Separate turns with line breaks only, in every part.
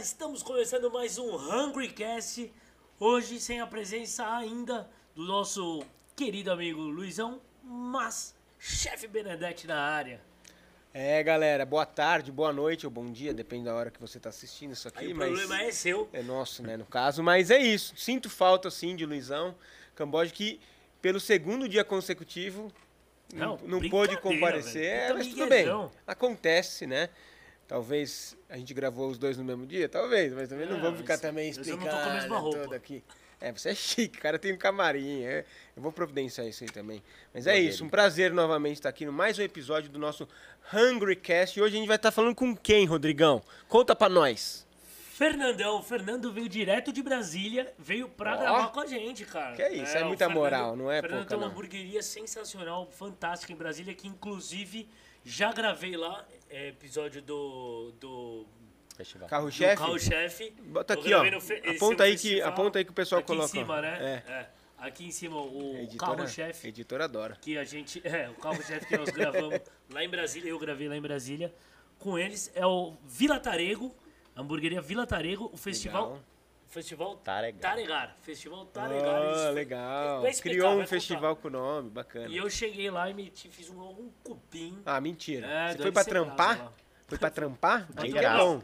estamos começando mais um Hungry Cast. Hoje sem a presença ainda do nosso querido amigo Luizão, mas chefe Benedetti na área.
É, galera, boa tarde, boa noite ou bom dia, depende da hora que você está assistindo isso aqui.
Aí o
mas
problema é seu.
é nosso, né, no caso. Mas é isso. Sinto falta, sim, de Luizão Camboja, que pelo segundo dia consecutivo não,
Não,
não pôde
brincadeira,
comparecer.
velho.
É,
Puta
mas tudo bem.
miguezão.
Acontece, né? Talvez a gente gravou os dois no mesmo dia, talvez, mas também
Ah,
não vamos ficar
mas
também
eu só não
explicando
tô com a mesma roupa.
tudo aqui. É, você é chique, cara, tem um camarim. é. Eu vou providenciar isso aí também. Mas é
Boa
isso, um prazer novamente estar aqui no mais um episódio do nosso Hungry Cast. E hoje a gente vai estar falando com quem, Rodrigão? Conta pra nós.
Fernandão, o Fernando veio direto de Brasília, veio pra
Ó.
gravar com a gente, cara.
Que é isso, é
o
muita moral, não é
Fernando
pouca,
tem uma
não.
hamburgueria sensacional, fantástica em Brasília, que inclusive já gravei lá, é, episódio do, do,
Festival.
do
Carro-chefe?
carro-chefe.
Bota
Eu
aqui,
gravei
ó.
no fe- esse
Aponta aí que-
festival.
aponta aí que o pessoal
aqui
coloca,
Aqui em cima,
ó. É
né? É, Aqui em cima, o
Editora-
carro-chefe.
Editora adora.
que a gente. É, o carro chefe que nós gravamos lá em Brasília, eu gravei lá em Brasília com eles, é o Vila Tarego, a hamburgueria Vila Tarego, o festival.
Legal.
Festival
Taregar.
Taregar. Festival Taregar. Isso
Ah,
foi-
legal.
vai explicar,
Criou
vai
um
contar.
festival com o nome, bacana.
E eu cheguei lá e me te- fiz um, um cupim.
Ah, mentira.
É,
Você
do
foi pra
LC Plaza
trampar?
lá.
Foi pra trampar?
Pra
Aí que
trampar.
bom.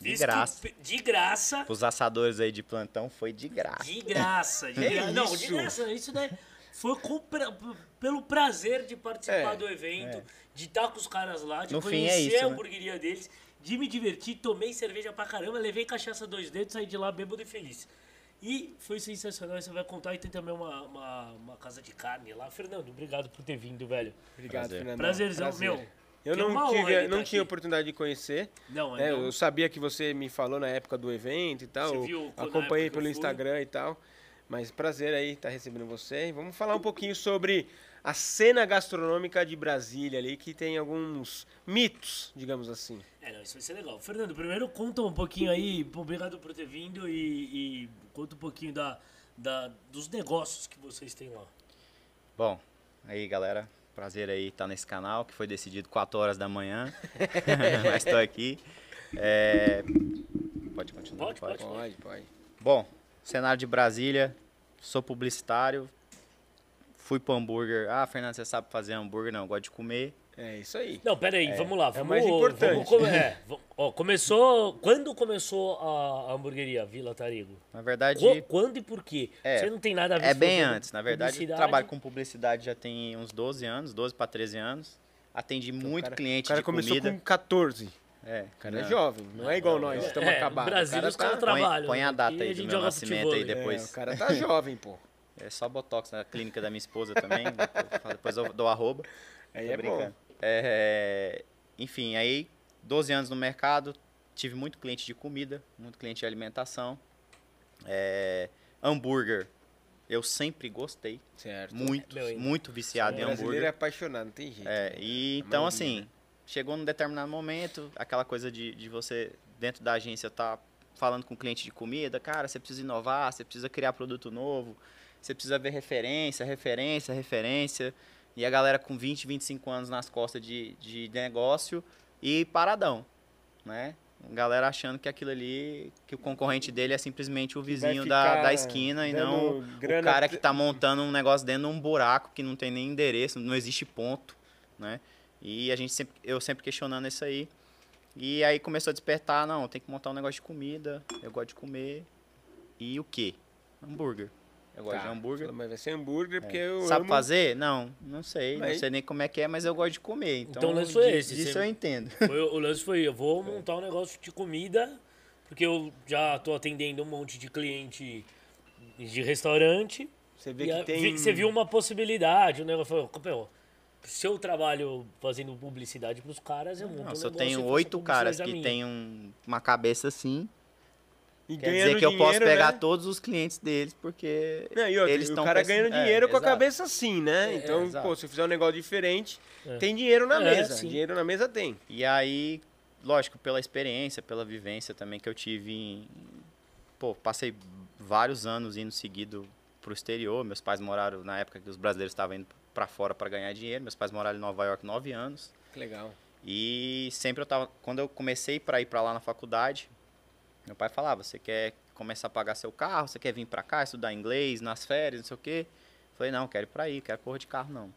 De
Fiz
graça.
cupim- de graça.
Os assadores aí de plantão foi de graça.
De graça. De
É
Que
graça. Não, de
isso?
graça. Isso daí foi com pra- pelo prazer de participar
É,
do evento, de estar com os caras lá, de
No fim, é
conhecer
isso,
a
né?
hamburgueria deles, de me divertir, tomei cerveja pra caramba, levei cachaça dois dedos, saí de lá bêbado e feliz. E foi sensacional, você vai contar. E tem também uma, uma, uma casa de carne lá. Fernando, obrigado por ter vindo, velho.
Obrigado,
Prazer.
Fernando.
Prazerzão, meu.
Eu
Tem uma
não,
honra
tive,
ele
não
tá
tinha
aqui.
oportunidade de conhecer.
Não,
né?
é, não.
Eu sabia que você me falou na época do evento e tal.
Você
eu
viu quando- na
acompanhei
época que
pelo
eu fui.
Instagram e tal. Mas prazer aí estar recebendo você. E vamos falar um pouquinho sobre a cena gastronômica de Brasília ali, que tem alguns mitos, digamos assim.
É, não, isso vai ser legal. Fernando, primeiro conta um pouquinho aí, pô, obrigado por ter vindo e, e conta um pouquinho da, da, dos negócios que vocês têm lá.
Bom, aí galera, prazer aí estar nesse canal que foi decidido 4 horas da manhã, mas estou aqui. É, Pode continuar.
Pode, pode.
Pode, pode.
Bom, cenário de Brasília, sou publicitário, fui pro hambúrguer. Ah, Fernando, você sabe fazer hambúrguer? Não, eu gosto de comer.
É isso aí.
Não, peraí, vamos
é
lá. Vamos,
mais importante.
Vamos, come- é, vam- ó, começou, quando começou a, a hamburgueria Vila Tarigo?
Na verdade,
Co- quando e por quê?
É,
Você não tem nada a ver
É bem
fazendo
antes, na verdade, eu
publicidade.
trabalho com publicidade já tem uns 12 anos, 12 para 13 anos. Atendi muito
cara- Então,
cliente
O cara
de
começou
comida.
com 14.
É,
O cara é
não.
jovem, não é igual nós, estamos
É,
acabados.
no Brasil
o cara
os caras
tá-
Põe,
trabalho,
põe
né?
a
Aqui
data
a
aí
gente
do meu
joga
nascimento
futebol,
aí
né?
É, o
depois.
cara tá jovem, pô.
É só botox na clínica da minha esposa também. depois- depois eu dou arroba.
Aí
Tô
é bom.
brincando. É, enfim, aí 12 anos no mercado, tive muito cliente de comida, muito cliente de alimentação. É, hambúrguer, eu sempre gostei.
Certo.
Muito,
Meu, hein?
muito viciado em
O brasileiro
hambúrguer.
é apaixonado, não tem jeito.
É, e
A
então
maioria,
assim, chegou num determinado momento, aquela coisa de, de você, dentro da agência, tá falando com o cliente de comida, cara, você precisa inovar, você precisa criar produto novo, você precisa ver referência, referência, referência. E a galera com 20, 25 anos nas costas de, de negócio e paradão, né? A galera achando que aquilo ali, que o concorrente dele é simplesmente o
Vai
vizinho da,
ficar
da esquina e
dando
não o
grana pra-
cara que tá montando um negócio dentro de um buraco que não tem nem endereço, não existe ponto, né? E a gente sempre, eu sempre questionando isso aí. E aí começou a despertar, não, tem que montar um negócio de comida, eu gosto de comer. E o quê? Hambúrguer. Eu gosto
Tá.
de hambúrguer. É.
Mas vai ser hambúrguer porque eu
Sabe
amo-
fazer? Não, não sei,
Mas-
não sei nem como é que é, mas eu gosto de comer. Então,
Então o lance
di-
foi esse,
Disso
você-
eu entendo.
Foi- o lance foi, eu
É.
vou montar um negócio de comida, porque eu já tô atendendo um monte de cliente de restaurante.
Você vê
E a-
que
vi-
tem...
Você
um-
viu uma possibilidade, o negócio falou, "Meu, se eu trabalho fazendo publicidade pros caras, eu monto
Não,
um
se eu
negócio
tenho
e faço
oito
publicidade
caras
da
que
minha."
têm um- uma cabeça assim,
E
Quer
ganhando
dizer que eu posso
dinheiro,
pegar
né?
todos os clientes deles, porque
Não, e outra,
eles
o
estão
cara
precisando-
ganhando dinheiro
É,
com a
exato.
cabeça assim, né?
É,
então,
exato.
pô, se eu fizer um negócio diferente,
É.
tem dinheiro na
É,
mesa.
sim.
Dinheiro na mesa tem.
E aí, lógico, pela experiência, pela vivência também que eu tive em... Pô, passei vários anos indo seguido pro exterior. Meus pais moraram na época que os brasileiros estavam indo para fora para ganhar dinheiro. Meus pais moraram em Nova York nove anos.
Que legal.
E sempre eu tava. Quando eu comecei para ir para lá na faculdade, Meu pai falava, você quer começar a pagar seu carro, você quer vir pra cá estudar inglês nas férias, não sei o quê. Eu Falei, não, quero ir pra aí, quero porra de carro não.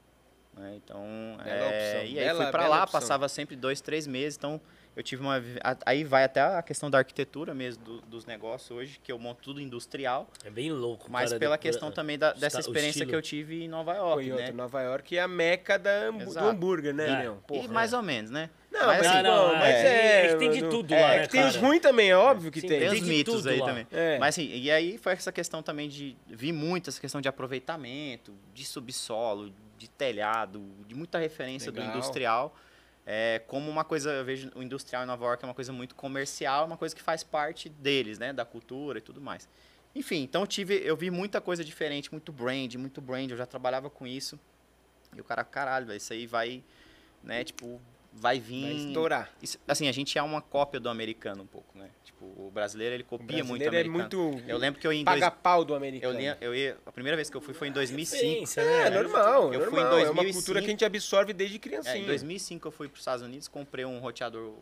Né, Então,
Bela
é,
opção,
e aí
bela-
fui pra
bela
lá,
opção.
passava sempre dois, três meses, então eu tive uma... vi- a- Aí vai até a questão da arquitetura mesmo, do- dos negócios hoje, que eu monto tudo industrial,
É bem louco.
mas
cara, é
pela
do-
questão também da- dessa
o
experiência
estilo.
que eu tive em Nova
Pô,
York,
e
né?
outra, Nova York é a meca da hambu- do
Exato.
hambúrguer, né,
É.
Leão? Porra.
e mais ou menos, né?
Não,
mas
mas,
assim,
bom,
não, é,
mas
é,
é,
é que tem de tudo
é,
lá,
que
né,
tem os
cara?
ruim também, é óbvio que
Sim,
tem.
Tem
Tem
os
de
mitos
tudo
aí
lá.
também.
É.
Mas assim, e aí foi essa questão também de. Vi muito essa questão de aproveitamento, de subsolo, de telhado, de muita referência
Legal.
do industrial. É, como uma coisa, eu vejo o industrial em Nova York é uma coisa muito comercial, uma coisa que faz parte deles, né? Da cultura e tudo mais. Enfim, então eu tive, eu vi muita coisa diferente, muito brand, muito brand, eu já trabalhava com isso. E o cara, caralho, velho, isso aí vai, né, tipo, vai vir.
Vai estourar.
Isso- assim, a gente é uma cópia do americano um pouco, né? Tipo, o brasileiro ele
O
copia muito o
brasileiro é
americano.
muito
Eu lembro que eu ia em dois...
paga-pau do americano.
eu, ia, eu ia a primeira vez que eu fui foi em 2005.
Experiência,
É,
né?
normal,
Eu
normal.
fui em
É uma
2005.
cultura que a gente absorve desde
É, em
criancinha.
2005 eu fui para os Estados Unidos, comprei um roteador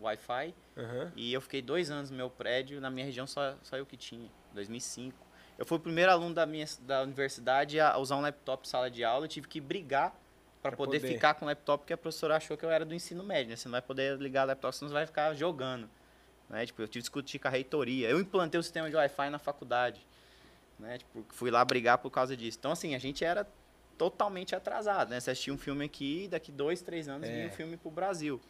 Wi-Fi
Aham.
e eu fiquei dois anos no meu prédio, na minha região só, só eu que tinha, 2005. Eu fui o primeiro aluno da minha da universidade a usar um laptop em sala de aula, eu tive que brigar para
Pra
poder,
poder.
ficar com o laptop, porque a professora achou que eu era do ensino médio, né? Você não vai poder ligar o laptop, senão você vai ficar jogando. né? Tipo, eu tive que discutir com a reitoria. Eu implantei o sistema de Wi-Fi na faculdade, né? Tipo, fui lá brigar por causa disso. Então, assim, a gente era totalmente atrasado, né? Você assistia um filme aqui, daqui dois, três anos
É.
vinha um filme pro Brasil.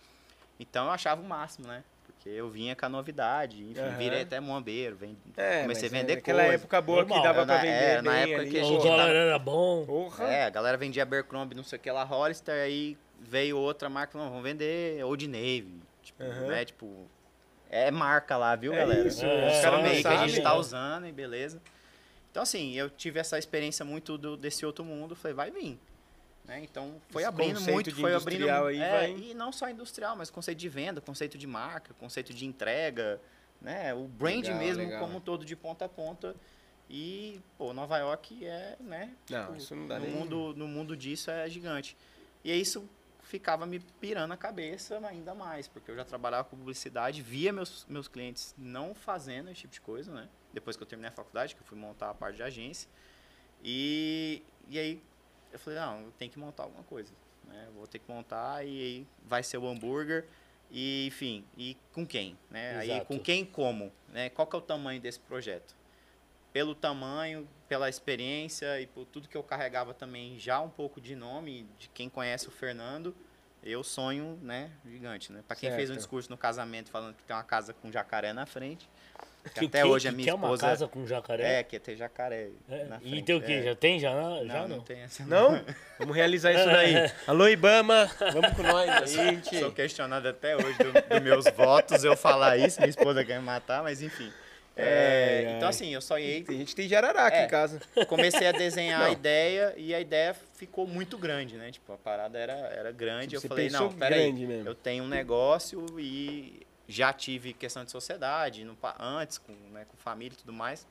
Então, eu achava o máximo, né? Porque eu vinha com a novidade, enfim,
Aham.
virei até mombeiro, vem-
É,
comecei a
mas
vender
Aquela
coisa.
época boa que
Normal.
dava
Eu,
pra
na-
vender
é, na
bem
época
ali.
que a
O
gente
dólar
tava-
era bom.
Porra.
É, a galera vendia Abercrombie, não sei o que lá, Hollister, aí veio outra marca, falou, vamos vender Old Navy. Tipo,
Aham.
né, tipo, é marca lá, viu,
É
galera?
isso,
É,
os
os
caras
Some
não
aí que a gente
sabem.
tá usando e beleza. Então, assim, eu tive essa experiência muito do- desse outro mundo, falei, vai vir. Né? Então, foi
Esse
abrindo
conceito
muito,
de
foi abrindo...
industrial aí
é,
vai-
E não só industrial, mas conceito de venda, conceito de marca, conceito de entrega, né? O brand
Legal,
mesmo
legal.
como um todo, de ponta a ponta. E, pô, Nova York é, né?
Não,
tipo,
isso não dá
no
nem...
mundo, no mundo disso é gigante. E aí isso ficava me pirando a cabeça ainda mais, porque eu já trabalhava com publicidade, via meus, meus clientes não fazendo esse tipo de coisa, né? Depois que eu terminei a faculdade, que eu fui montar a parte de agência. E, e aí eu falei, não, eu tenho que montar alguma coisa, né? Eu vou ter que montar e aí vai ser o hambúrguer e enfim, e com quem, né? Aí
Exato.
com quem e como, né? Qual que é o tamanho desse projeto? pelo tamanho, pela experiência e por tudo que eu carregava também já um pouco de nome de quem conhece o Fernando, eu sonho, né, gigante, né? Para quem fez um
Certo.
discurso no casamento falando que tem uma casa com jacaré na frente, que,
Que o
até
quê?
hoje a
Que
minha
quer uma
esposa
casa com jacaré.
é que ter jacaré
É.
na frente.
E tem o
é.
quê? Já tem? Já não?
Não,
Já
não
não.
tem essa.
Não? Vamos realizar isso daí. Alô, Ibama, vamos com nós aí, tchê.
Sou questionado até hoje do- dos meus votos, eu falar isso, minha esposa quer me matar, mas enfim. É,
Ai, ai.
Então assim, eu sonhei
A gente tem jararaca
É.
em casa.
comecei a desenhar
Não.
a ideia e a ideia ficou muito grande, né? Tipo, a parada era, era grande.
Tipo,
eu
você
falei,
pensou
não, peraí,
grande mesmo."
eu tenho um negócio e já tive questão de sociedade no, pa- antes, com, né, com família e tudo mais.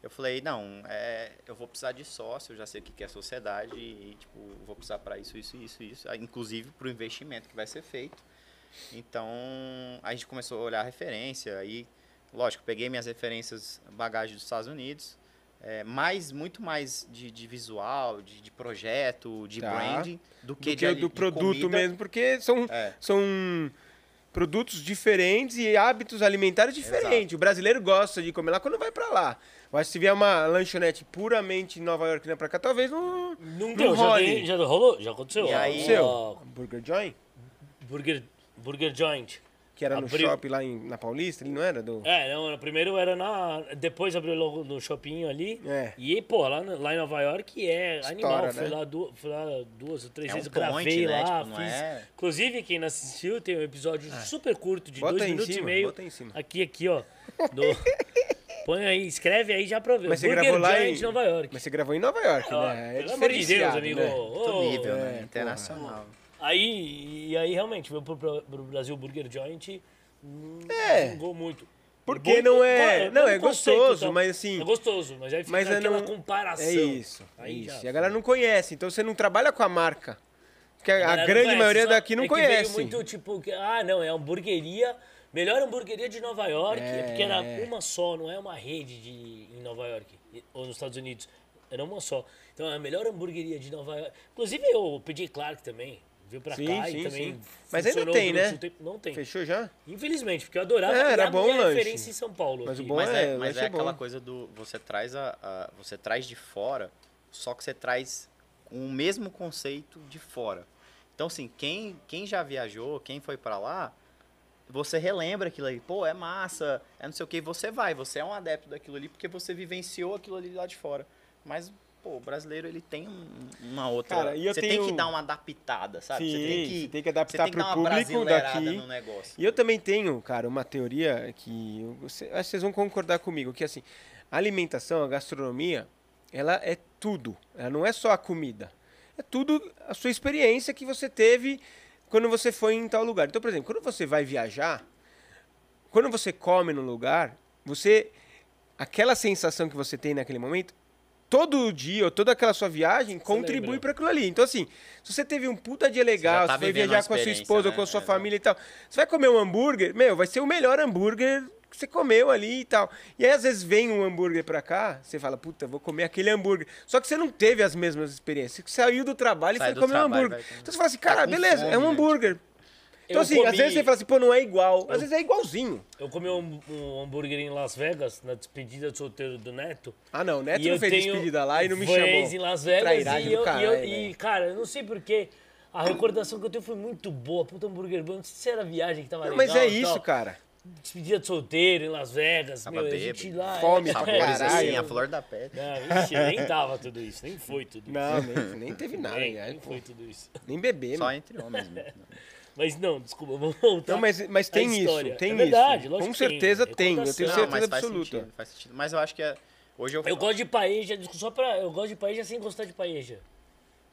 Eu falei, não, é, eu vou precisar de sócio, eu já sei o que que é sociedade e, tipo, vou precisar para isso, isso, isso, isso. ah, Inclusive para o investimento que vai ser feito. Então, a gente começou a olhar a referência, aí, lógico, peguei minhas referências, bagagem dos Estados Unidos, é, mais, muito mais de, de visual, de, de projeto, de
Tá.
branding, do
Do
que,
que,
de, ali-
do
de
produto
comida.
mesmo, porque são,
É.
são produtos diferentes e hábitos alimentares diferentes. O brasileiro gosta de comer lá quando vai pra lá. Mas se vier uma lanchonete puramente Nova York né, pra cá, talvez não...
Não
Não
deu, já,
role.
tem- já rolou? Já aconteceu?
E
Ah,
aí-
Seu,
ó,
Burger Joint,
Burger, Burger Joint.
que era
Abriu.
no shopping lá em- na Paulista, ele não era do...
É, não, no primeiro era na. Depois abriu logo no shopping ali.
É.
E, pô, lá, na- lá em Nova York é animal.
Estoura,
fui,
né?
lá du- fui lá duas ou três
É um
vezes, eu
point,
gravei lá.
né? Tipo, não
fiz...
é-
Inclusive, quem não assistiu, tem um episódio super curto de
É. Bota
dois
aí em
minutos
cima,
e meio.
bota aí em cima.
Aqui, aqui, ó. No- Põe aí, escreve aí já pra ver.
Mas você
Burger
gravou lá
Giant
em-
Nova York.
Mas você gravou em Nova York,
Ó,
né? É
pelo amor de Deus,
diferenciado,
amigo.
né?
Ô,
Outro nível,
é,
né?
pô.
Internacional.
Aí, e aí realmente, veio pro, pro pro Brasil Burger Joint.
É.
Vingou muito.
Porque não é-
bom
não, é
conceito,
gostoso,
tal.
mas assim-
É gostoso, mas aí fica
mas é
aquela
não-
comparação.
É isso, é
Aí
isso.
já
E a galera não conhece, então você não trabalha com a marca. Porque a, a
galera não
grande
conhece,
maioria
só-
daqui não
é que veio
conhece.
muito tipo, que, ah, não, é hamburgueria Melhor hamburgueria de Nova York é,
É.
porque era uma só, não é uma rede de, em Nova York e- ou nos Estados Unidos. Era uma só. Então a melhor hamburgueria de Nova York. Inclusive eu pedi Clark também. Veio pra
Sim,
cá e
sim,
também.
sim. Mas ainda
funcionou
tem,
durante
né?
um tempo. Não tem.
Fechou já?
Infelizmente, porque eu adorava
É,
criar
era bom o
minha
lanche.
referência em São Paulo.
Mas o
aqui.
bom
mas
é,
é,
o
mas
lanche
é
é bom.
aquela coisa do você traz a, a- você traz de fora, só que você traz o mesmo conceito de fora. Então assim, quem quem já viajou, quem foi pra lá, você relembra aquilo ali, pô, é massa, é não sei o que, você vai, você é um adepto daquilo ali porque você vivenciou aquilo ali lá de fora. Mas pô, o brasileiro ele tem um- uma outra,
Cara, e eu
você
tenho-
tem que dar uma adaptada, sabe? você tem
Sim,
que
você tem que
você
adaptar
tem que
pro
dar uma
público
brasileirada
daqui.
né?
no negócio.
E eu também tenho, cara, uma teoria que eu- você- acho que vocês vão concordar comigo, que assim, a alimentação, a gastronomia, ela é tudo. Ela não é só a comida. É tudo a sua experiência que você teve quando você foi em tal lugar. Então, por exemplo, quando você vai viajar, quando você come num lugar, você aquela sensação que você tem naquele momento, todo dia ou toda aquela sua viagem contribui
lembra.
para aquilo ali. Então assim, se você teve um puta dia legal,
já tá
você foi
vivendo
viajar com
uma
a sua
experiência,
esposa ou
né?
com a sua
É,
família, família e tal. Você vai comer um hambúrguer, meu, vai ser o melhor hambúrguer que você comeu ali e tal. E aí, às vezes, vem um hambúrguer pra cá, você fala, puta, vou comer aquele hambúrguer. Só que você não teve as mesmas experiências. Você saiu do trabalho
Sai
e
do
foi comer um
trabalho,
hambúrguer.
vai comer.
Então você fala assim, cara,
Tá com
beleza,
fome,
é um
né?
hambúrguer.
tipo, Eu
Então, assim,
comi-
às vezes você fala assim, pô, não é igual. Às vezes é igualzinho.
Eu comi um, um hambúrguer em Las Vegas, na despedida de solteiro do Neto.
Ah, não, o Neto
E eu
não fez
tenho
despedida lá e não me
fãs
chamou.
em Las
Que
Vegas
trairagem
e eu,
do
e, eu-
caralho,
e,
velho.
cara, eu não sei porquê. A recordação que eu tenho foi muito boa. Puta hambúrguer bom. Não sei se era a viagem que tava
Não,
legal.
mas é
e tal.
isso, cara.
Despedida de solteiro em Las Vegas.
Tava
meu, a
bêbado.
gente lá.
Fome pra
Sabores
caralho.
assim, a flor da pele.
Não, ixi, nem tava tudo isso. Nem foi tudo isso.
Não, nem, nem teve nada,
nem,
né?
nem
Pô,
foi tudo isso.
nem beber,
Só
mano.
entre homens mesmo.
Mas não, desculpa, vamos voltar.
Não, mas, mas
à
tem
história.
isso, tem
é verdade,
isso.
lógico
Com
que tem. é
certeza tem, eu
Recordação.
tenho
Não,
certeza
mas faz
absoluta.
sentido, faz sentido. Mas eu acho que é, hoje eu,
Eu gosto de paeja, desculpa, só pra. Eu gosto de paeja sem gostar de paeja.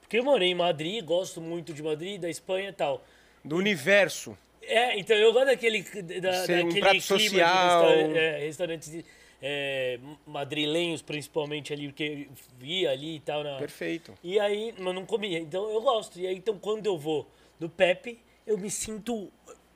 Porque eu morei em Madrid, gosto muito de Madrid, da Espanha e tal.
Do universo.
É, então eu gosto daquele. Da,
Ser um
daquele
prato
clima
social.
De restaura- é, restaurantes é, madrilenhos, principalmente ali, porque eu ia ali e tal. Na...
Perfeito.
E aí, mas não comia. Então eu gosto. E aí, então quando eu vou no Pepe, eu me sinto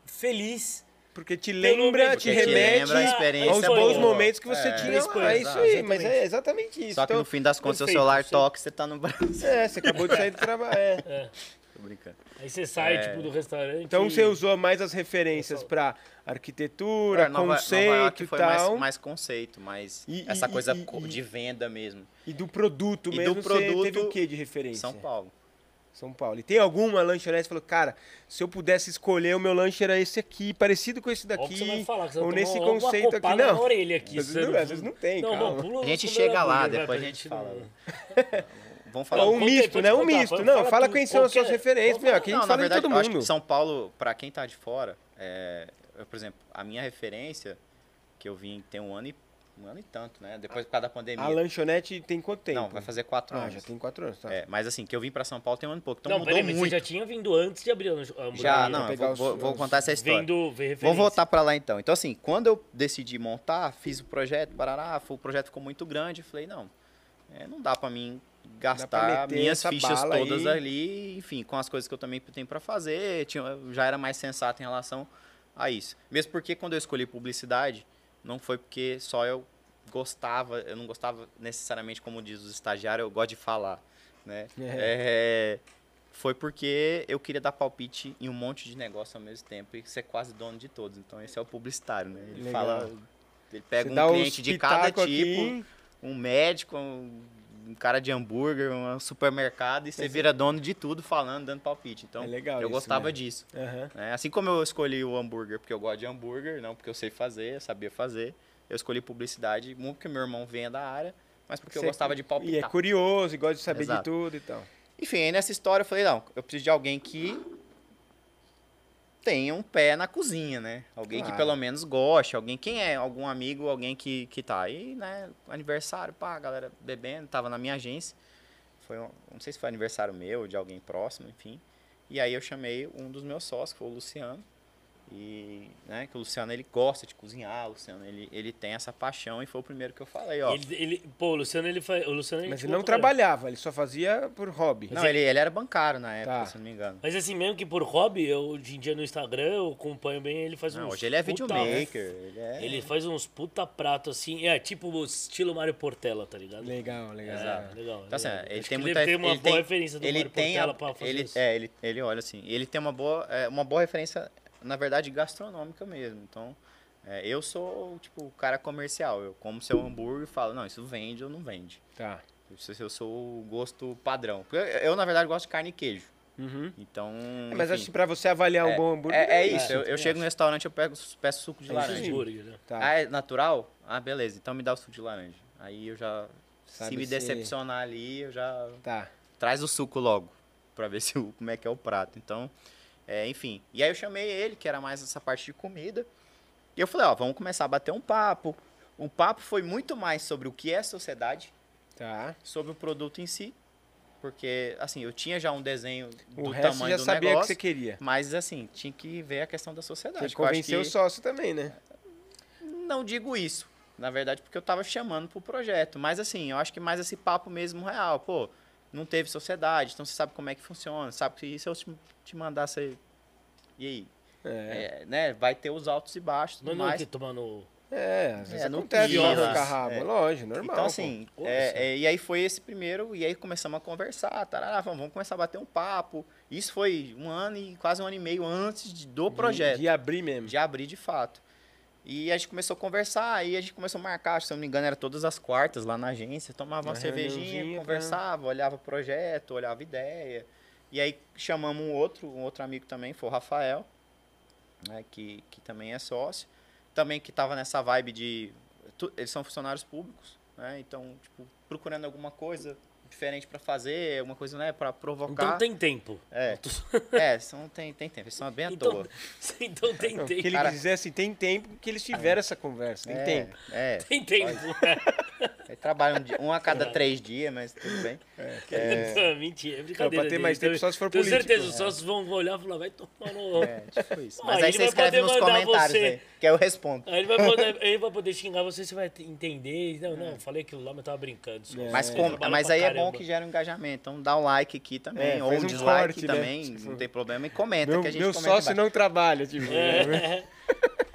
feliz.
Porque te
Pelo
lembra,
menos,
te
porque te
remete
lembra a experiência
aos
boa.
bons momentos que você
É,
tinha lá.
coisas,
É isso aí,
exatamente.
mas é exatamente isso.
Só que
Então,
no fim das contas, seu
perfeito,
celular
sim.
toca, você tá no Brasil.
É, você acabou de sair do trabalho. é.
Tô brincando.
Aí você sai,
É.
tipo, do restaurante.
Então
e-
você usou mais as referências pra arquitetura,
É, Nova, Nova
conceito
York
e
foi mais,
tal.
mais conceito, mais
E-
essa
e-
coisa
e-
co-
e-
de venda mesmo.
E do produto
E do
mesmo, você
produto,
teve o que de referência?
São Paulo.
São Paulo. E tem alguma lanchonete que falou, cara, se eu pudesse escolher, o meu lanche era esse aqui, parecido com esse
Ó, que
daqui,
você vai falar, que você vai
ou
tomar
nesse
logo uma
conceito aqui.
copada
Não,
na orelha aqui,
às vezes
sabe?
não- é, às vezes não tem,
Não,
calma.
bom, pula
A gente
sobre
chega lá,
hambúrguer, vai,
depois
pra
a gente
não-
fala. Vamos falar.
Ou um
conta aí,
misto,
pode
né? Um
contar,
misto.
pode
Não,
falar
fala
tudo,
quem são as suas
qualquer-
referências, meu. Aqui a gente
não, na
fala de
verdade,
todo
eu acho que
mundo.
São Paulo, pra quem tá de fora, é, eu, por exemplo, a minha referência, que eu vim tem um ano e, um ano e tanto, né? Depois por causa da pandemia.
A lanchonete tem quanto tempo?
Não, vai fazer quatro
Ah,
anos.
já tem quatro anos, tá.
É, mas assim, que eu vim pra São Paulo tem um ano e pouco. Então
não,
mudou
peraí, mas
muito.
você já né? tinha vindo antes de abrir a hambúrgueria.
Já,
Pra
não, eu
pegar
vou,
os-
vou- vou
os-
contar essa história.
Vendo, ver referência.
Vamos voltar pra lá então. Então assim, quando eu decidi montar, fiz o projeto, barará, foi- o projeto ficou muito grande, falei, não, é, não dá pra mim gastar
meter
minhas
essa
fichas
bala
todas
aí.
ali, enfim, com as coisas que eu também tenho pra fazer, tinha- eu já era mais sensato em relação a isso. Mesmo porque quando eu escolhi publicidade, não foi porque só eu gostava, eu não gostava necessariamente, como diz os estagiários, eu gosto de falar, né? É, foi porque eu queria dar palpite em um monte de negócio ao mesmo tempo e ser quase dono de todos. Então esse é o publicitário, né? Ele
Legal.
fala, ele
Você
pega
dá
um
os
cliente de cada
pitaco
tipo,
aqui,
um médico, um, um cara de hambúrguer, um supermercado e você vira dono de tudo falando, dando palpite. Então
É legal
eu
isso
gostava
mesmo.
disso.
Aham.
né? Assim como eu escolhi o hambúrguer porque eu gosto de hambúrguer, não porque eu sei fazer, eu sabia fazer. Eu escolhi publicidade, muito porque meu irmão vem da área, mas porque eu
Você-
gostava de palpitar.
E é curioso, e gosta de saber de
Exato.
tudo e tal.
Enfim, aí nessa história eu falei, não, eu preciso de alguém que tenha um pé na cozinha, né? Alguém que
Claro.
pelo menos goste, alguém, quem é? Algum amigo, alguém que, que tá aí, né? Aniversário, pá, a galera bebendo, tava na minha agência. Foi um- não sei se foi aniversário meu, de alguém próximo, enfim. E aí eu chamei um dos meus sócios, que foi o Luciano. E, né, que o Luciano, ele gosta de cozinhar, o Luciano, ele, ele tem essa paixão e foi o primeiro que eu falei, ó.
Ele, ele- pô, o Luciano, ele um faz. O Luciano,
Mas
gente
ele não
boa pra caramba.
trabalhava, ele só fazia por hobby.
Não, ele, ele era bancário na época,
Tá.
se não me engano.
Mas assim, mesmo que por hobby, eu, hoje em dia no Instagram eu acompanho bem, ele faz
Não,
uns.
hoje ele é
puta- né?
videomaker, ele é...
Ele faz uns puta prato assim, é tipo o estilo Mário Portela, tá ligado?
Legal, legal.
Exato, legal.
Então, assim,
legal.
ele
é, Acho
tem
que
muita
deve ter uma
ele
boa
tem-
referência do
ele
Mário
tem a-
Portela pra fazer
ele,
isso.
É, ele, ele olha assim, ele tem uma boa, é, uma boa referência, na verdade, gastronômica mesmo. Então, é, eu sou, tipo, o cara comercial. Eu como seu hambúrguer e falo, não, isso vende ou não vende.
Tá.
Isso Eu sou o gosto padrão. Porque Eu, eu, na verdade, gosto de carne e queijo.
Uhum.
Então,
É, mas
enfim,
acho que pra você avaliar um bom hambúrguer. tipo,
é, é isso. eu
também
eu chego no restaurante, eu pego, peço suco de
É isso
laranja.
mesmo.
hambúrguer, né?
Tá.
Ah, é natural? Ah, beleza. Então me dá o suco de laranja. Aí eu já...
Sabe
se me
se-
decepcionar ali, eu já
Tá.
traz o suco logo, pra ver se o- como é que é o prato. Então, é, enfim. E aí eu chamei ele, que era mais essa parte de comida. E eu falei, ó, vamos começar a bater um papo. O papo foi muito mais sobre o que é sociedade,
Tá.
sobre o produto em si, porque assim, eu tinha já um desenho
O
do
resto
tamanho
já
do
sabia que
negócio,
você queria.
mas assim, tinha que ver a questão da sociedade.
Tem que
que eu acho
convencer o
que-
sócio também, né?
não digo isso, na verdade, porque eu tava chamando pro projeto. Mas assim, eu acho que mais esse papo mesmo real. Pô, não teve sociedade, então você sabe como é que funciona, sabe que se eu te, te mandasse aí. E aí?
É.
É, né? Vai ter os altos e baixos, tudo
Mas não é
mais.
que tomar no.
É, às vezes
É, não
acontece
precisa,
de arrancar rabo,
é.
lógico, normal.
Então,
pô.
assim,
pô.
é,
Nossa.
é, e aí foi esse primeiro, e aí começamos a conversar, tarará, vamos, vamos começar a bater um papo. Isso foi um ano e quase um ano e meio antes de- do
De-
projeto.
De abrir mesmo.
de abrir de fato. E a gente começou a conversar, aí a gente começou a marcar, acho que, se eu não me engano, era todas as quartas lá na agência, tomava uma,
Uma reuniãozinha
cervejinha,
pra-
conversava, olhava o projeto, olhava ideia. E aí chamamos um outro, um outro amigo também, foi o Rafael, né, que, que também é sócio, também que estava nessa vibe de. tu- eles são funcionários públicos, né? Então, tipo, procurando alguma coisa diferente para fazer, alguma coisa, né, para provocar.
Então tem tempo.
É, é, são, tem, tem tempo, eles são bem à
Então,
toa.
então tem
Não, que
tempo.
ele
Cara-
quiser, assim, tem tempo que eles tiveram essa conversa, tem
é,
tempo.
É,
Tem tempo.
Aí trabalha um, dia- um a cada três dias, mas tudo bem.
Não, Mentira, é brincadeira.
Não, pra ter
dele,
mais tempo
então-
só se for
Tenho
político.
certeza, os sócios vão olhar e falar, vai tomar no.
É, tipo isso.
Pô,
Mas
aí
aí
ele
você
vai
escreve
poder
nos
mandar
comentários
você.
aí, que eu respondo.
Aí ele vai poder, ele vai poder xingar você, você vai te- entender. Não,
É.
não, falei aquilo lá, mas eu tava brincando. desculpa.
É.
Mas,
Você
com-
trabalha
mas
pra
aí é
caramba.
bom que gera um engajamento. Então dá um like aqui também,
É,
ou
faz
um
um
dislike
corte, né?
também,
Tipo,
não tem problema. E comenta
Meu,
É, tá que a gente
meu
comenta.
sócio não trabalha, tipo. né?
É,
embaixo.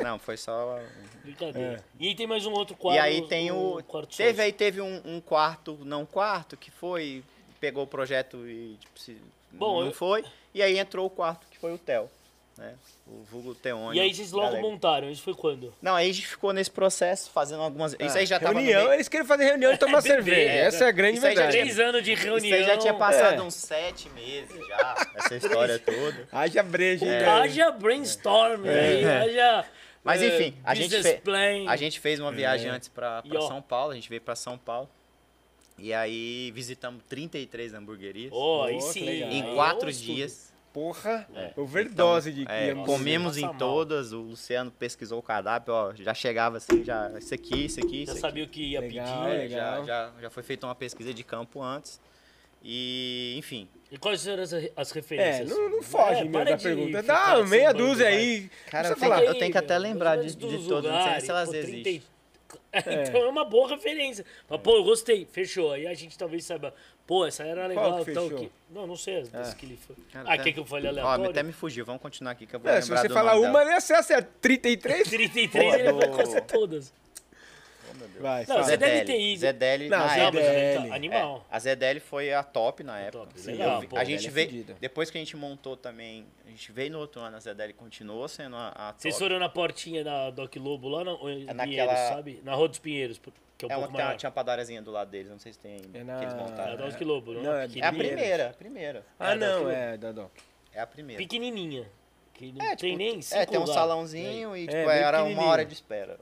Não, foi só.
brincadeira. E aí tem mais um outro quadro.
É. e aí tem o.
quarto
teve
sócio.
aí teve um, um quarto, não quarto, que foi. Pegou o projeto e tipo, se-
Bom,
não
eu-
foi. E aí entrou o quarto, que foi o Theo. Né? O vulgo Teone.
E aí vocês logo
galera.
montaram, isso foi quando?
Não, aí a gente ficou nesse processo fazendo algumas. Isso aí já tava. no
reunião,
meio-
eles querem fazer reunião e tomar cerveja.
é,
Essa é a grande
isso aí já
verdade.
Três anos de reunião.
Isso aí já tinha passado
É.
uns sete meses já, essa história toda.
Haja breja,
É.
hein, velho?
É. Haja brainstorm, aí, haja.
Mas
eh,
enfim, a gente,
business
fe-
plan.
a gente fez
É.
uma viagem antes pra, pra
E, ó.
São Paulo, a gente veio pra São Paulo. E aí visitamos 33 hamburguerias
Ó, aí
Pô, que
sim.
legal.
aí
em
é
quatro
outro
dias.
Porra,
É.
overdose de
É,
de-
comemos
passa
em
mal.
todas, o Luciano pesquisou o cardápio, ó, já chegava assim, já isso aqui, isso aqui,
Já
isso aqui.
sabia o que ia
Legal,
pedir.
legal.
É, Já, já, já foi feita uma pesquisa de campo antes. E, enfim,
E quais foram as, as
É,
referências?
não, não foge
É,
mesmo
para
da
de
pergunta.
ficar
Dá
sambando,
meia dúzia
vai.
aí.
assim, Cara,
Não precisa
eu
falar.
tenho
Aí,
que até
velho,
lembrar
mais
de-
dos
de todas, não sei nem se elas
lugares, pô,
existem.
Então é uma boa referência. Mas, pô, eu gostei, fechou. Aí a gente talvez saiba, pô, essa era legal.
que
tal,
fechou?
que... Não, não sei as das que ele foi.
Cara,
ah,
até-
quer que eu falei
ó,
aleatório?
até me fugiu, vamos continuar aqui que eu vou
É, se
lembrar
você
do
falar
nome
uma, é
dela.
ele acerta 33.
33 ele
Pô,
vai
do-
É.
conhecer todas.
Vai,
Não,
fala.
você deve ter
Zedelli.
ido.
Zedelli,
Não,
na
Não, mas
época,
Zedele.
tá, animal.
É, a Zedeli foi a top na época.
top,
Sim,
legal,
eu vi-
pô,
a
Zedele
gente
é
veio.
fodida.
Depois que a gente montou também, a gente veio no outro ano, a Zedeli continuou sendo a, a top.
Vocês foram na portinha da Doc Lobo
É
lá na, em
naquela-
Pinheiros, sabe? Na Rua dos Pinheiros, que é um
é uma
pouco
que tem uma,
maior.
tinha uma padariazinha do lado deles, não sei se tem ainda.
É na-
Que eles montaram.
É a
da-
né?
Doc Lobo, não,
Não, é-
É a
pequenininha.
primeira, a primeira.
Ah,
da
não,
Doc.
é, da Doc.
É a primeira.
Pequenininha. Que não
É,
tem
tipo,
nem cinco
É, tem um
lugares.
salãozinho e tipo,
É, bem
era uma
pequenininho.
hora de espera.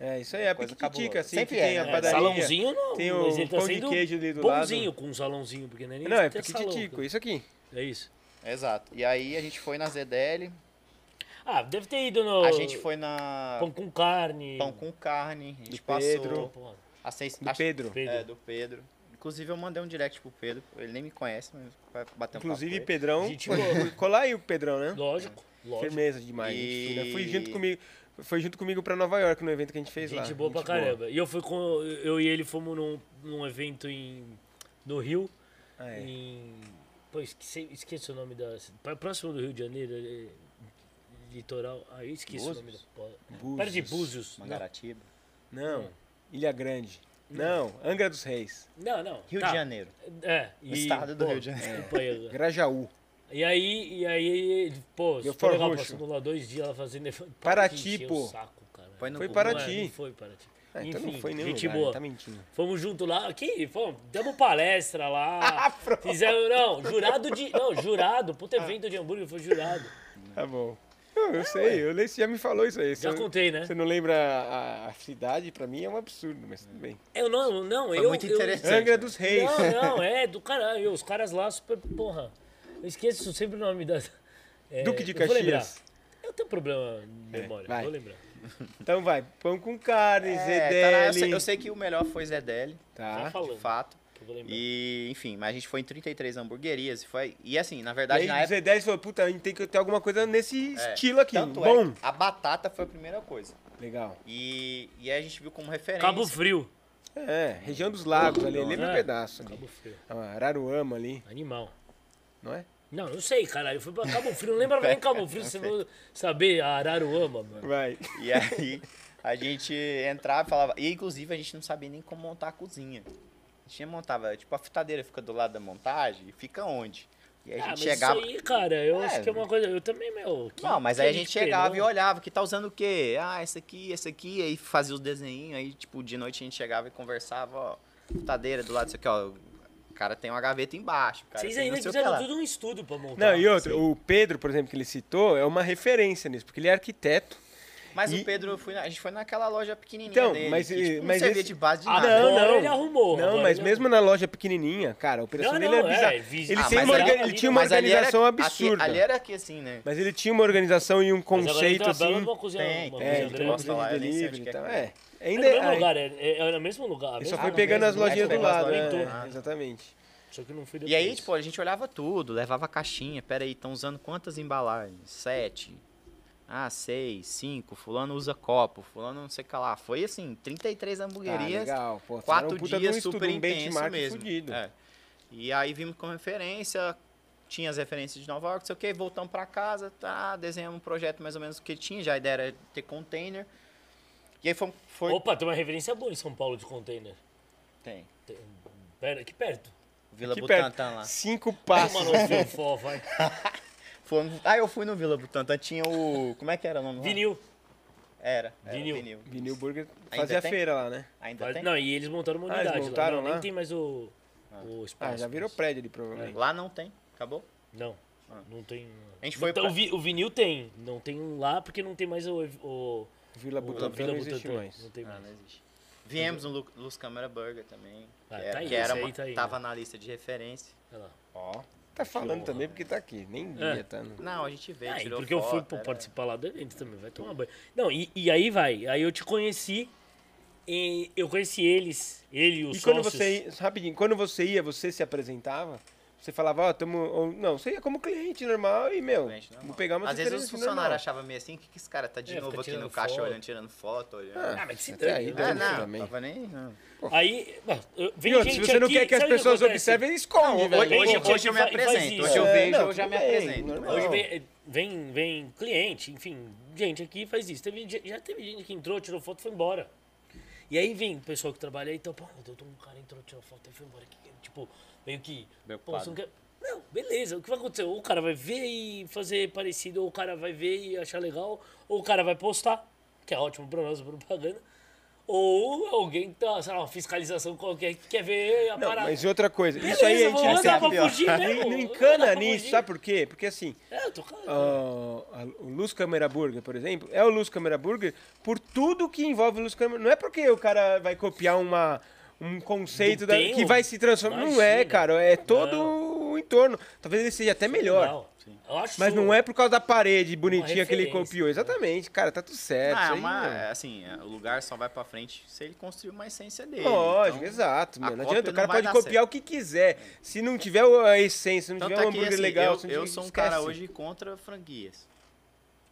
É, isso aí, é a
Coisa
piquitica,
cabulosa.
assim,
Sempre
que
é,
tem a
né?
É,
padaria.
salãozinho não,
tem
mas
o
ele tá
pão de
sendo
queijo ali do
bonzinho
lado.
com um salãozinho, porque não é nem
Não, é
isso, tem
piquitico, isso aqui.
salão. É isso.
Exato. E aí a gente foi na Zedeli,
Ah, deve ter ido no...
a gente foi na
Pão com carne.
Pão com Carne, a gente
Do
passou...
Pedro.
Pô,
A seis,
Do
acho-
Pedro.
Pedro.
É, do Pedro. Inclusive, eu mandei um direct pro
Então, tá
Pedro. Ele nem me conhece, mas vai bater um papo com
Inclusive,
ele.
Pedrão.
Gente boa.
Colar aí o Pedrão, né?
Lógico. Lógico.
Firmeza demais. gente fina.
E-
Foi junto comigo, foi junto comigo pra Nova York no evento que a gente fez lá.
Gente boa pra caramba. E eu fui com. Eu e ele fomos num, num evento em, no Rio.
Ah, é.
Em. Pô, esqueci, esqueci o nome da. pra- Próximo do Rio de Janeiro, é, litoral. Ah, eu esqueci o nome da.
Búzios?
porra. Perto de Búzios. né?
Mangaratiba.
Não. Ilha Grande.
Hum.
Não. Angra dos Reis.
Não, não.
Rio
tá.
de Janeiro.
É.
O estado do
pô,
Rio de Janeiro.
desculpa aí,
Grajaú.
E aí, e aí, pô,
Eu
super legal,
farrucho.
passando lá dois dias ela fazendo...
Paraty,
encher o
pô.
saco, cara.
Põe no
Foi
Google.
para
Não é,
ti.
Não foi Paraty.
Ah,
Enfim,
então não foi em nenhum
gente
lugar,
boa.
tá mentindo.
Fomos junto lá, aqui, fomos, damos palestra
Ah,
lá. Fizemos, não, jurado de... Não, jurado, puta evento de hambúrguer, foi jurado.
Tá bom. Eu, eu sei, eu, você já me falou isso aí.
É, Já
você,
contei, né?
Você não lembra a, a cidade, pra mim é um absurdo, mas tudo bem.
Eu não, não,
Foi
eu...
muito
eu-
interessante.
Angra dos Reis.
Não, não, é do caralho, os caras lá super, porra, eu esqueço sempre o nome das... é,
Duque de
eu vou lembrar.
Caxias. É,
Eu tenho um problema de memória,
vai.
vou lembrar.
Então vai, pão com carne,
É, tá lá, eu, sei,
ZDL.
eu sei que o melhor foi Zedeli, né,
Tá
Tá.
falando,
de fato.
que eu vou lembrar.
E, enfim, mas a gente foi em 33 hamburguerias e foi. E assim, na verdade,
Daí
na
o
época.
Z10 falou, puta, a gente tem que ter alguma coisa nesse
É,
estilo aqui.
Tanto
Bom.
é, a batata foi a primeira coisa.
Legal.
E, e aí a gente viu como referência.
Cabo Frio.
É, região dos lagos ali, lembra um
É.
pedaço ali.
Cabo Frio.
Ah, Araruama ali,
Animal.
não é?
Não, eu sei, caralho. Eu fui pra Cabo Frio. Não lembrava nem Cabo Frio, você vai saber a Araruama, mano.
Vai.
E aí a gente entrava e falava. E inclusive a gente não sabia nem como montar a cozinha. A gente montava, tipo, a fritadeira fica do lado da montagem e fica onde? E aí a
Ah, mas
gente chegava.
isso aí, cara, eu
É.
acho que é uma coisa... Eu também, meu... que-
Não, mas
que é
aí a gente chegava e
esperou?
olhava, que tá usando o quê? Ah, esse aqui, esse aqui, aí fazia os desenhinhos, aí tipo, de noite a gente chegava e conversava, ó, fritadeira do lado disso aqui, ó. O cara tem uma gaveta embaixo, o cara.
Vocês
tem
ainda
não sei o que
fizeram
lá.
tudo um estudo pra montar.
Não, e outro, o Pedro, por exemplo, que ele citou, é uma referência nisso, porque ele é arquiteto.
Mas
E-
o Pedro, eu fui na- a gente foi naquela loja pequenininha
Então,
dele,
mas-
que, tipo,
mas
não servia
esse-
de base de
Ah,
nada.
não. ele arrumou,
Não,
agora
mas
ele é
mesmo na loja pequenininha, cara, a operação
Não,
dele
não,
é
é,
bizarra.
vis-
ele,
Ah,
tem
mas
uma
era-
orga- ele tinha uma
mas ali era-
organização
aqui-
absurda.
ali era aqui assim, né?
Mas ele tinha uma organização e um
Mas agora ele tá
conceito
tem uma bela
assim.
uma cozinha,
Tem,
uma
tem,
cozinha
É,
ele
tem uma
grande.
gosta lá,
cozinha de
eu nem sei
delivery
onde
e
que é
tal.
que
É,
né? É
ainda
no mesmo
é.
lugar, é, é, é no mesmo lugar.
Ele
mesmo
só foi
lugar,
pegando as
mesmo lugar, só
lojinhas do
pegou
pegou as
lado,
lojinhas do
né?
lado.
Exatamente.
Só que não fui depois.
um E aí, tipo, a gente olhava tudo, levava a caixinha. Pera aí, estão usando quantas embalagens? Sete. Ah, seis, cinco. Fulano usa copo, fulano não sei o que lá. Foi assim, 33
Ah,
hamburguerias.
legal, pô, era
quatro
um puta de um
dias
estudo,
super
um
intenso
benchmark
mesmo.
fudido.
É. E aí vimos com referência, tinha as referências de Nova York, não sei o que, voltamos pra casa, tá, desenhamos um projeto mais ou menos que tinha, já a ideia era ter container. E aí foi... foi...
Opa, tem uma referência boa em São Paulo de container.
Tem.
Tem... Pera, aqui perto.
Vila
Aqui
Butantan tá lá.
perto, cinco
Uma
passos.
noite fofó, vai.
Fomos... Ah, eu fui no Vila Butantan, tinha o... Como é que era o nome? lá?
Vinil.
Era. era
Vinil.
vinil.
Vinil Burger
Ainda
fazia
tem? Ah,
feira lá, né?
Ainda
Mas-
tem?
Não, e eles montaram uma
Ah, eles
unidade
montaram
lá. Não,
lá?
nem tem mais o, o espaço.
Ah, já virou Ah.
mas-
prédio ali, provavelmente.
Lá não tem. Acabou?
Não, não tem...
A gente foi
então,
pra-
o, vi- o vinil tem. Não tem um lá porque não tem mais o... o,
É.
Vila
o
Butantan
Vila
não existe
Butantan.
mais.
Não tem mais.
existe. Viemos no Lu- Luz Câmara Burger também.
Ah,
que
tá
era,
aí,
que era
esse
uma-
aí tá aí,
tava na lista de referência.
Olha lá.
Ó.
Tá falando
honra,
também porque tá aqui, nem
É.
guia, tá? no-
Não, a gente veio,
Ah, e
tirou
porque eu fui
foto,
pô,
é,
era-
participar
né?
lá do evento também, vai tomar banho. Não, e, e aí vai, aí eu te conheci, e eu conheci eles, ele e os
E quando
sócios.
você ia, rapidinho, quando você ia, você se apresentava? Você falava, ó, tamo. ou- não, você ia como cliente normal e, meu,
Gente, normal.
vou pegar uma
Às vezes os
referência
funcionários
normal.
achavam meio assim, o que, que esse cara tá de
É,
novo
fica
aqui no
tirando
caixa
foto.
olhando, tirando foto, olhando.
Ah, mas que se
Até aí,
dane,
dá-
né?
Ah,
isso
não,
também.
tava nem... não.
Aí, bom, eu- vem
E outro, se
gente
você não
aqui,
quer que as
sabe o
pessoas
acontece?
observem, esconde,
Hoje,
velho.
hoje,
Pô,
hoje eu me
faz- faz
apresento,
isso.
hoje eu
É,
vejo,
não,
eu já
tudo
me
bem,
apresento.
normal.
Hoje
Não.
vem, vem, vem cliente, enfim, gente aqui faz isso. Teve ge- já teve gente que entrou, tirou foto e foi embora. E aí vem o pessoal que trabalha aí, então, pô, meu Deus, um cara entrou, tirou foto e foi embora. Que- Tipo, meio que. Pô,
Preocupado.
você não quer. Não, beleza, o que vai acontecer? Ou o cara vai ver e fazer parecido, ou o cara vai ver e achar legal, ou o cara vai postar, que é ótimo pra nós, propaganda. Ou alguém que tá, sei lá, uma fiscalização qualquer que quer ver a
Não,
parada.
mas outra coisa, isso aí
Beleza,
a gente
vou
recebe.
mandar
recebe,
pra
ó.
fugir mesmo,
Não
vou
encana
mandar pra
nisso,
fugir.
sabe por quê? Porque assim,
É, eu tô calado.
ó, a- o Luz Câmera Burger, por exemplo, é o Luz Câmera Burger por tudo que envolve o Luz Câmera. Não é porque o cara vai copiar uma, um conceito
Não
da-
tem
que
o-
vai se transformar. Não é,
Imagina.
cara, é todo o entorno. Talvez ele seja até melhor.
Legal. Eu acho
Mas não é por causa da parede bonitinha que ele
referência,
copiou. Exatamente, cara, tá tudo certo.
Ah,
isso
é
aí,
uma-
meu.
é assim, é, o lugar só vai pra frente se ele construir uma essência dele.
Lógico,
então-
exato.
a
Meu. Não
cópia
adianta, o
não
cara
vai
pode
dar
copiar o que quiser. Se não tiver a essência, se não
Tanto
tiver um
é que,
hambúrguer
assim,
legal,
eu,
se não
eu
tiver-
sou um cara
esquece.
hoje contra franquias.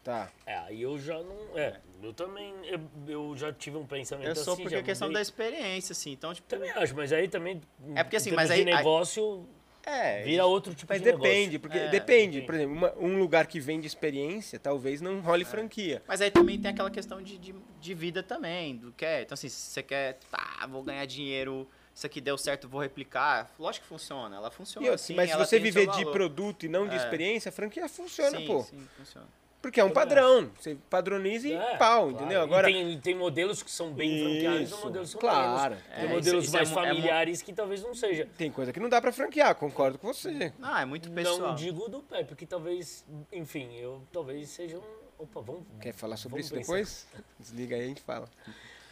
Tá.
É, aí eu já não. É, eu também. Eu, eu já tive um pensamento
Então
Eu
assim.
sou É porque
já
a questão da
mudei.
experiência, assim. Então, tipo.
Também acho, mas aí também.
É porque assim,
em
mas
termos
aí-
de
aí-
negócio
É.
vira outro tipo
Mas
de
depende,
negócio.
porque
É,
depende.
entendi.
Por exemplo, uma- um lugar que vende experiência talvez não role
É.
franquia.
Mas aí também tem aquela questão de, de, de vida também, do que é. Então, assim, se você quer, tá, vou ganhar dinheiro, isso aqui deu certo, vou replicar. Lógico que funciona, ela
E
funciona.
outra,
assim,
mas se
ela
você
tem o seu
viver de
valor.
produto e não de
É.
experiência, a franquia funciona,
sim,
pô.
Sim, funciona.
Porque é um
Também
padrão. Você padroniza e
É,
pau,
claro.
entendeu?
E
Agora.
tem, tem modelos que são bem franqueados e
Isso,
modelos que são
claro.
menos.
É,
tem
isso-
modelos
isso é
mais
mu- é mu-
familiares que talvez não seja.
Tem coisa que não dá pra franquear, concordo com você.
Não, é muito pessoal.
Não digo do Pepe, que talvez, enfim, eu talvez seja um. Opa, vamos.
Quer falar sobre
vamos
isso
pensar.
depois? Desliga aí, a gente fala.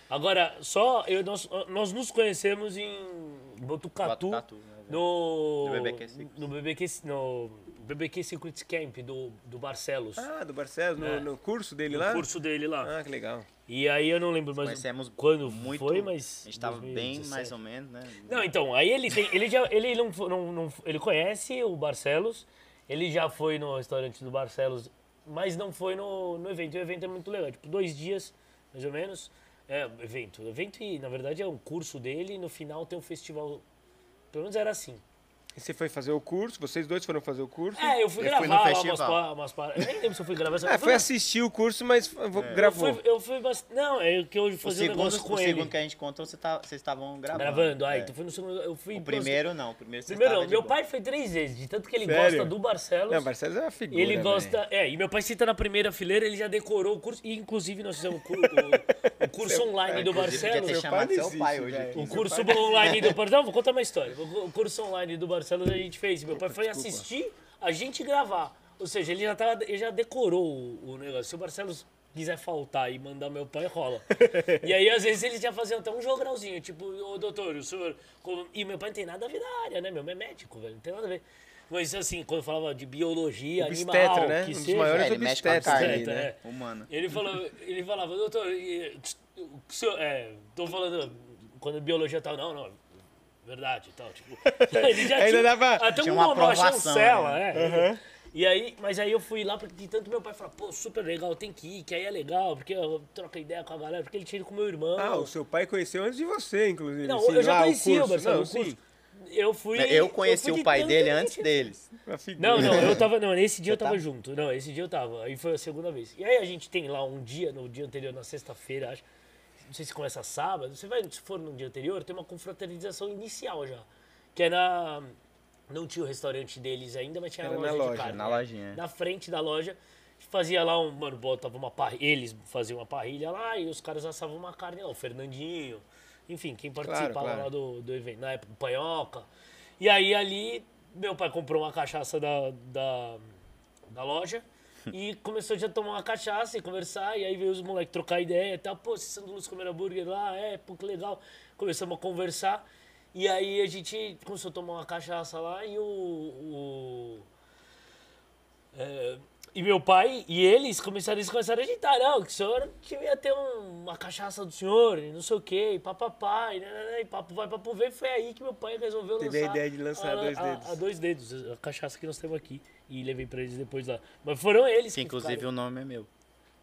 Agora, só eu, nós, nós nos conhecemos em Botucatu,
Botucatu, né,
no,
Do BBQ Secrets.
no BBQ no BBQ Secrets Camp do, do Barcelos,
Ah, do Barcelos, no,
É.
no curso dele
no
lá?
curso dele lá.
Ah, que legal.
E aí eu não lembro mais
Conhecemos
quando
muito.
foi, mas
A gente tava bem,
2017.
mais ou menos, né?
Não, então, aí ele tem. Ele já. Ele não, fo- não, não- Ele conhece o Barcelos. Ele já foi no restaurante do Barcelos, mas não foi no, no evento. E o evento é muito legal. Tipo, dois dias, mais ou menos. É, evento. Evento, e, na verdade, é um curso dele e no final tem um festival. Pelo menos era assim.
E você foi fazer o curso, vocês dois foram fazer o curso?
É, eu fui
Eu fui no
gravar lá umas
festival. É, assim,
pa- umas paradas. Eu nem lembro se eu fui gravar essa
Ah, foi assistir o curso, mas f- vo-
Eu
gravou.
fui, eu fui bast- Não, é que eu
O
fazia um
segundo,
negócio com
o
ele.
segundo que a gente contou, você tá- vocês estavam gravando.
Gravando, aí,
É.
tu foi no segundo. Eu fui.
O primeiro não, o primeiro você
Primeiro
tava
não,
de
meu
boa.
pai foi três vezes, de tanto que ele
Sério?
gosta do Barcelos.
Não, Barcelos é uma figura.
Ele
velho.
gosta. É, e meu pai senta na primeira fileira, ele já decorou o curso. E inclusive nós fizemos o, cur- o- o curso online do
é Inclusive, Podia ter
Barcelos.
pai
chamado
não
seu
existe,
pai hoje
velho.
aqui.
O curso online do Barcelos. Não, vou contar uma história. O curso online do Barcelos a gente fez. Meu pai foi assistir a gente gravar. Ou seja, ele já, tava, ele já decorou o, o negócio. Se o Barcelos quiser faltar e mandar meu pai, rola. e aí, às vezes, eles já faziam até um jogralzinho, tipo, ô doutor, o senhor. como- E meu pai não tem nada a ver na área, né? Meu é médico, velho, não tem nada a ver. Mas assim, quando eu falava de biologia, animal,
Obstetra, né?
que
Um dos
seja,
maiores
É, ele mexe com a
obstetras
carne,
aí,
né?
né?
É.
Humano.
Ele falou, ele falava, doutor, e, tch, o que o senhor- é, tô falando, quando biologia tal, não, não, verdade e tal, tipo, ele já
Ainda
tinha, ah,
dava-
até
tinha
uma,
uma
uma
aprovação, né?
chancela, um é. E aí, mas aí eu fui lá, porque de tanto meu pai falou, pô, super legal, tem que ir, que aí é legal, porque eu troco ideia com a galera, porque ele tinha ido com meu irmão.
Ah, o seu pai conheceu antes de você, inclusive.
não,
sim,
eu já
lá,
conhecia o,
curso.
Marcelo,
Não,
o curso.
sim,
Eu fui...
Eu conheci
fui de
o pai
tanto
dele
que-
antes deles.
uma figura.
Não, não, eu tava. Não, nesse dia eu tava
tava?
junto. Não, esse dia eu tava. Aí foi a segunda vez. E aí a gente tem lá um dia, no dia anterior, na sexta-feira, acho. Não sei se começa sábado. Você vai, se for no dia anterior, tem uma confraternização inicial já. Que é na. Não tinha o restaurante deles ainda, mas tinha a
Era
loja,
na é.
de
loja,
carne. né?
na lojinha.
Na frente da loja. Fazia lá um. Mano, botava uma parrilha. Eles faziam uma parrilha lá e os caras assavam uma carne lá. O Fernandinho. Enfim, quem participava
claro.
lá do, do evento, na época, o Panhoca. E aí ali, meu pai comprou uma cachaça da, da, da loja e começou já a tomar uma cachaça e conversar. E aí veio os moleques trocar ideia e tal. Pô, vocês são do Lúcio comer hambúrguer lá? É, pô, que legal. Começamos a conversar. E aí a gente começou a tomar uma cachaça lá e o- o é, e meu pai e eles começaram, eles começaram a agitar, não, que o senhor devia ter um- uma cachaça do senhor, e não sei o quê, e papapá, e, nananã, e papo vai, papo vem. Foi aí que meu pai resolveu
Teve a
lançar...
ideia de lançar Dois Dedos.
A, dois dedos, a cachaça que nós temos aqui. E levei pra eles depois lá. Mas foram eles
Que inclusive um
ficaram
o nome é meu.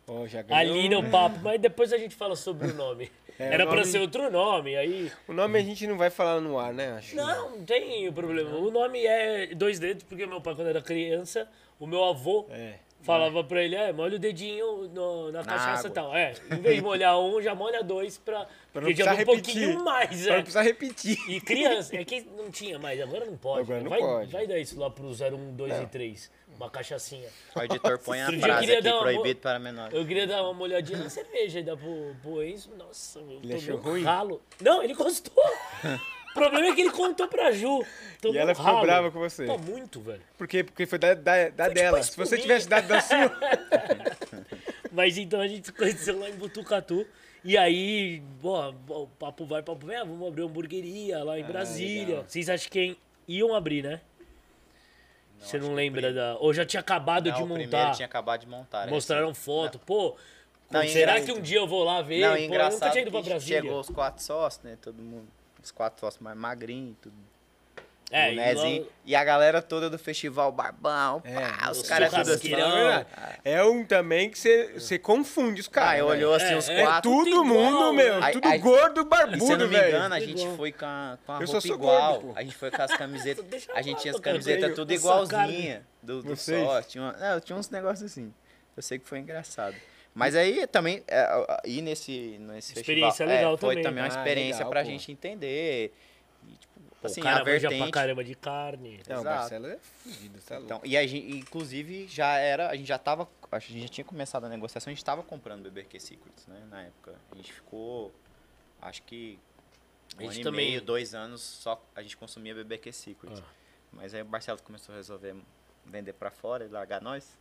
Ó, já ganhou.
ali no papo. Mas depois a gente fala sobre o nome.
É,
Era
o
pra
nome-
ser outro nome, aí...
O nome a gente não vai falar no ar, né? Acho.
Não, não tem problema. O nome é Dois Dedos, porque meu pai, quando era criança, o meu avô
É.
falava pra ele, é, molha o dedinho no- na, cachaça
água.
e tal. É, em vez de molhar um, já molha dois pra,
Pra não
porque já vem
precisar
um
repetir.
pouquinho mais,
Pra não
é.
precisar repetir.
E criança, é que não tinha mais, agora não pode.
Agora
né?
não
vai,
pode.
vai dar isso lá pro 01, 2 e 3, uma cachaçinha.
O editor põe a
Outro dia eu
frase
queria
aqui,
dar uma
proibido
boa-
para menores.
Eu queria dar uma molhadinha na cerveja e dar pro, pro Enzo. Nossa, eu tomei
achou
um
ruim?
ralo. Não, ele gostou. o problema é que ele contou pra Ju. Tomei
ela
um
ficou
ralo.
brava com você.
Pô, muito, velho.
Por quê? Porque foi da, da, da
tipo
dela. Se você
espuminha.
tivesse dado da sua.
Mas então a gente se conheceu lá em Botucatu. E aí, ó, o papo vai, papo vem. Ah, vamos abrir uma hamburgueria
Ah,
lá em Brasília.
legal.
Vocês acham que em- iam abrir, né? Você não lembra da. Ou já tinha acabado
Não,
de
Ah, o primeiro
montar.
tinha acabado de montar. é.
Mostraram foto. Pô,
Não, e
será
engraçado-
que um dia eu vou lá ver?
Não,
Pô,
é
eu nunca
engraçado
tinha ido pra
que
Brasília.
chegou os quatro sócios, né? Todo mundo. Os quatro sócios mais magrinhos e tudo.
É,
o
e
Nezinho.
logo-
E a galera toda do festival Barbão, pá, os
o
caras tudo assim.
churrasqueirão.
É um também que você você confunde os
Ah,
caras. né?
Cara, olhou assim os
É, é
quatro.
tudo igual,
Todo mundo, meu,
Aí-
tudo
aí-
gordo,
Ah, E se eu
barbudo,
não me
velho.
engano, a
Tudo
gente
igual.
foi com a, com a
Eu só
roupa
sou
igual.
gordo, pô.
a gente foi com as camisetas.
Deixa eu
a gente tinha as
falar,
camisetas
velho,
tudo
essa cara.
igualzinha do, do
Vocês?
só. Tinha, uma- não, tinha uns negócios assim. Eu sei que foi engraçado. Mas aí também, é, a- ir nesse, nesse
Hum. Experiência
festival,
legal
é, foi
também.
também, uma
Ah,
experiência
legal,
pra
pô.
gente entender. E, tipo, assim,
o
a
cara manja pra
vertente.
caramba de carne.
Não, o
Exato.
Marcelo é fudido, tá louco.
Então, e a gente, inclusive, já era, a gente já tava, acho que a gente já tinha começado a negociação, a gente tava comprando BBQ Secrets, né, na época. A gente ficou, acho que
A
um ano
gente
e
também-
meio, dois anos, só a gente consumia BBQ Secrets.
Ah.
Mas aí o Barcelos começou a resolver vender pra fora e largar nós.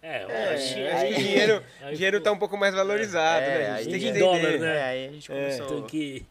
É, eu
É,
acho-
acho que o dinheiro, o dinheiro tá um pouco mais
Ah,
valorizado,
É,
né? A
aí-
gente tem que
Em dólar,
entender.
né?
É, aí a gente começou,
Tem que...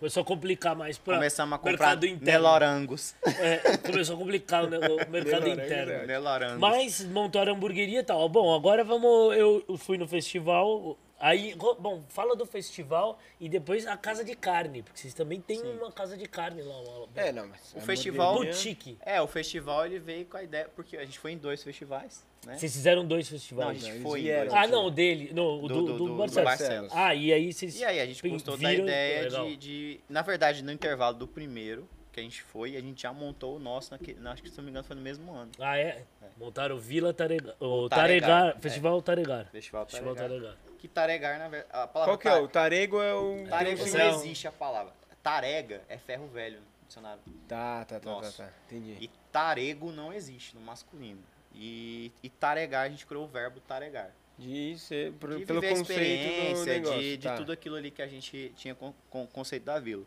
Começou a complicar mais pra...
começamos a comprar
mercado interno.
Nelorangos.
É, começou a complicar o, ne- o mercado
Melhorar, é
interno.
verdade.
Nelorangos.
Mas montaram a hamburgueria e tal. Bom, agora vamos. Eu fui no festival. Aí, go- bom, fala do festival e depois a casa de carne, porque vocês também têm uma casa de carne lá, uma
É, não, mas
O festival-
boutique.
É, o festival ele veio com a ideia, porque a gente foi em dois festivais, né?
Vocês fizeram dois
Não, a
festivais.
gente
eles
foi em
vieram.
dois.
ah, não, o dele. Não, o do, do, Barcelos.
Barcelos.
Ah, e aí vocês.
E aí a gente
pe-
gostou da
viram-
ideia
É Legal.
de, de- Na verdade, no intervalo do primeiro que a gente foi, a gente já montou o nosso, naque, na- acho que se não me engano foi no mesmo ano.
Ah, é? Montaram o Vila Taregar. O
Taregar,
Taregar.
é.
Festival Taregar.
Festival
Festival
Taregar.
Taregar.
Que taregar, na verdade. A palavra
Qual que é? O tarego é o...
ta- Tarego
tem um
não
sinal.
existe a palavra. Tarega é ferro velho no dicionário.
Tá, tá, tá, tá,
Nossa.
tá. Entendi.
E tarego não existe no masculino. E, e taregar, a gente criou o verbo taregar.
De ser, por-
de
pelo
viver a
conceito do
experiência,
negócio.
de, de
tá.
tudo aquilo ali que a gente tinha com, com o conceito da vila.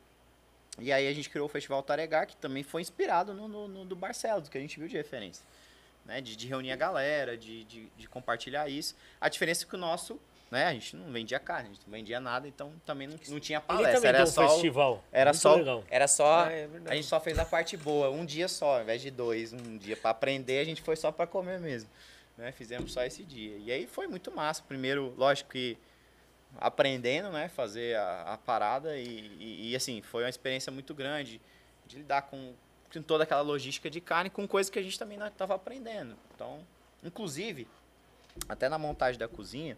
E aí a gente criou o Festival Taregar, que também foi inspirado no, no- no do Barcelos, que a gente viu de referência. Né? De, de reunir a galera, de, de- de compartilhar isso. A diferença é que o nosso, né? A gente não vendia carne, a gente não vendia nada, então também não, não tinha
Ele
palestra.
também
Era
deu um
só, o-
festival.
era
Muito
só,
legal.
era só
Ah, é
a
verdade.
gente só fez a parte boa, um dia só, ao invés de dois, um dia pra aprender, a gente foi só pra comer mesmo. Né? Fizemos só esse dia. E aí foi muito massa. Primeiro, lógico que aprendendo, né? Fazer a, a parada e, e- e, assim, foi uma experiência muito grande de lidar com, com toda aquela logística de carne, com coisa que a gente também não estava aprendendo. Então, inclusive, até na montagem da cozinha,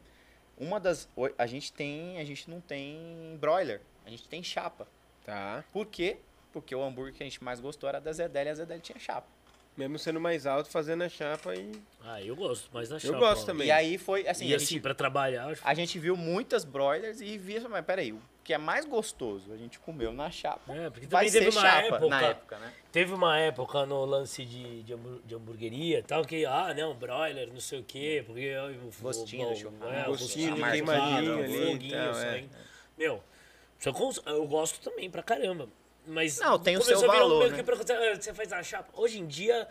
uma das. A gente tem. A gente não tem broiler, a gente tem chapa.
Tá.
Por quê? Porque o hambúrguer que a gente mais gostou era da Zedel e a Zedel tinha chapa.
Mesmo sendo mais alto, fazendo a chapa e...
Ah, eu gosto, mas na
Eu
chapa,
gosto
ó.
também.
E aí foi assim,
e
a,
assim,
gente,
pra trabalhar, acho
a gente viu muitas broilers e via, mas peraí, o que é mais gostoso a gente comeu na chapa.
É, porque
Vai
também
ser
teve uma
chapa
época.
na época, né?
Teve uma época no lance de, de, hambur- de hamburgueria e tal, que, ah, não, broiler, não sei o quê, porque o
Gostinho
o,
do churrasco.
é, o
Gostinho
do
queimadinho
churrasco,
ali,
foguinho,
então,
isso
é.
aí. Meu, só cons- eu gosto também pra caramba. Mas
Não, tem o
começou
seu
a virar um
valor,
meio
né?
que pra- você- Você faz a chapa. Hoje em dia,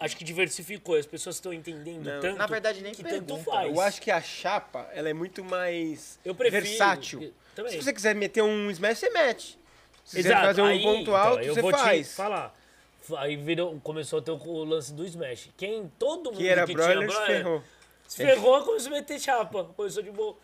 acho que diversificou, as pessoas estão entendendo
Não,
tanto.
na verdade, nem
que tanto
pergunta.
faz.
Eu acho que a chapa, ela é muito mais
Eu prefiro-
versátil.
Também.
Se você quiser meter um smash, você mete. Se você
Exato.
fazer um
Aí,
ponto
então,
alto,
eu
você
vou
faz.
Te falar. Aí virou, começou a ter o lance do Smash. Quem todo mundo
Que era
que
broiler,
tinha
se
broiler,
ferrou.
se ferrou, começou a meter chapa. Começou de boa.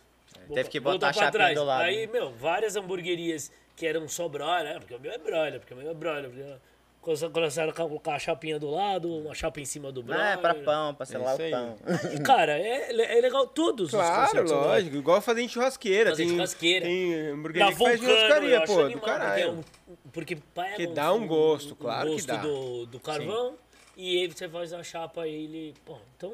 teve que
Voltou
botar a
pra
chapinha
trás.
do lado,
Aí,
né?
meu, várias hamburguerias que eram só broiler, ah, porque o meu é broiler, porque o meu é broiler. Porque... Começaram- Começaram a colocar a chapinha do lado, uma chapa em cima do broiler.
Ah, é pra pão, pra selar
isso aí.
o pão.
E, Cara, é, é legal todos os
Claro,
conceitos. eu acho.
lógico. Igual fazer em churrasqueira.
né? Fazer
tem,
churrasqueira.
Tem
Da
hamburgueria que faz
Vulcano, eu
churrascaria,
acho
pô, do
animal,
caralho.
Porque, é um- porque pega
Que dá um gosto, claro que
gosto
dá.
Do, do carvão e aí você faz a chapa e ele... Pô, então,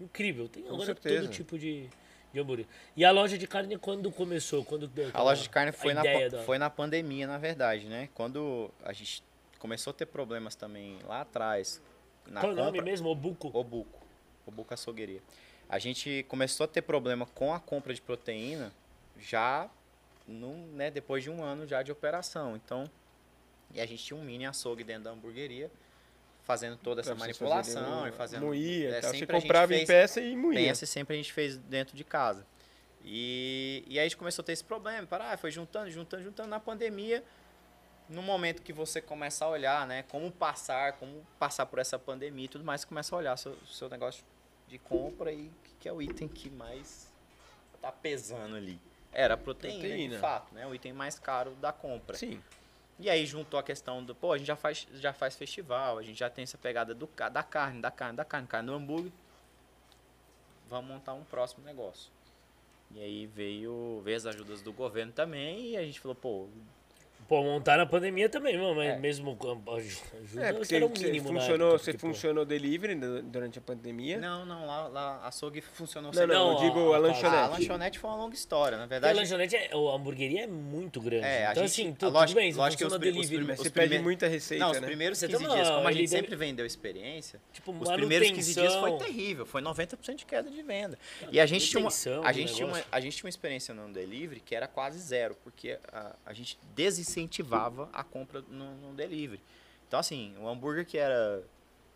incrível. Tem agora
certeza.
todo tipo de, de hambúrguer. E a loja de carne quando começou? Quando deu
A loja de carne foi, na,
ideia
pan-
da-
foi na pandemia, na verdade, né? Quando a gente começou a ter problemas também lá atrás. Na
Qual é o nome
compra-
mesmo? Obuco?
Obuco. Obuco Açougueria. A gente começou a ter problema com a compra de proteína já num, né, depois de um ano já de operação. Então, e a gente tinha um mini açougue dentro da hamburgueria, fazendo toda essa
Pra você fazer
manipulação
um-
e fazendo...
Moía,
é,
tal. você
sempre a gente
comprava em
fez-
peça e moía.
Pensa sempre a gente fez dentro de casa. E, e aí a gente começou a ter esse problema, parar, ah, foi juntando, juntando, juntando na pandemia. No momento que você começa a olhar, né, como passar, como passar por essa pandemia e tudo mais, você começa a olhar seu, seu negócio de compra e o que, que é o item que mais tá pesando ali. Era a proteína,
Proteína.
de fato, né? O item mais caro da compra.
Sim.
E aí juntou a questão do, pô, a gente já faz, já faz festival, a gente já tem essa pegada do, ca- da carne, da carne, da carne, carne do hambúrguer. Vamos montar um próximo negócio. E aí veio, veio as ajudas do governo também e a gente falou, pô,
Pô, montar na pandemia também, mano, mas
É.
mesmo com a ajuda,
É,
que
porque
Então, era o
você
mínimo na
funcionou,
época, tipo,
você
porque, pô,
funcionou delivery du- durante a pandemia.
não, não, lá, lá açougue funcionou
Não, não,
Não,
eu
a-
digo a,
a-
Ah, a
lanchonete.
lanchonete foi uma longa história, na
Porque a
verdade.
lanchonete, é, a hamburgueria é muito grande.
É, a
então,
gente-
assim,
a
tu,
lógica-
tudo bem, você
lógica que
funciona
os prime- os
delivery.
prime-
Mas você
primeir-
perde muita receita,
não, os
né?
primeiros
Você
15
toma-
dias, como a
ele
gente
deve-
sempre vendeu experiência,
Tipo,
os primeiros 15 dias foi
manutenção.
terrível, foi 90% de queda de venda. E a gente, tinha uma,
manutenção
a,
do
gente tinha uma,
negócio.
a gente tinha uma experiência no delivery que era quase zero, porque a, a gente desincentivava a compra no, no delivery. Então, assim, o hambúrguer que era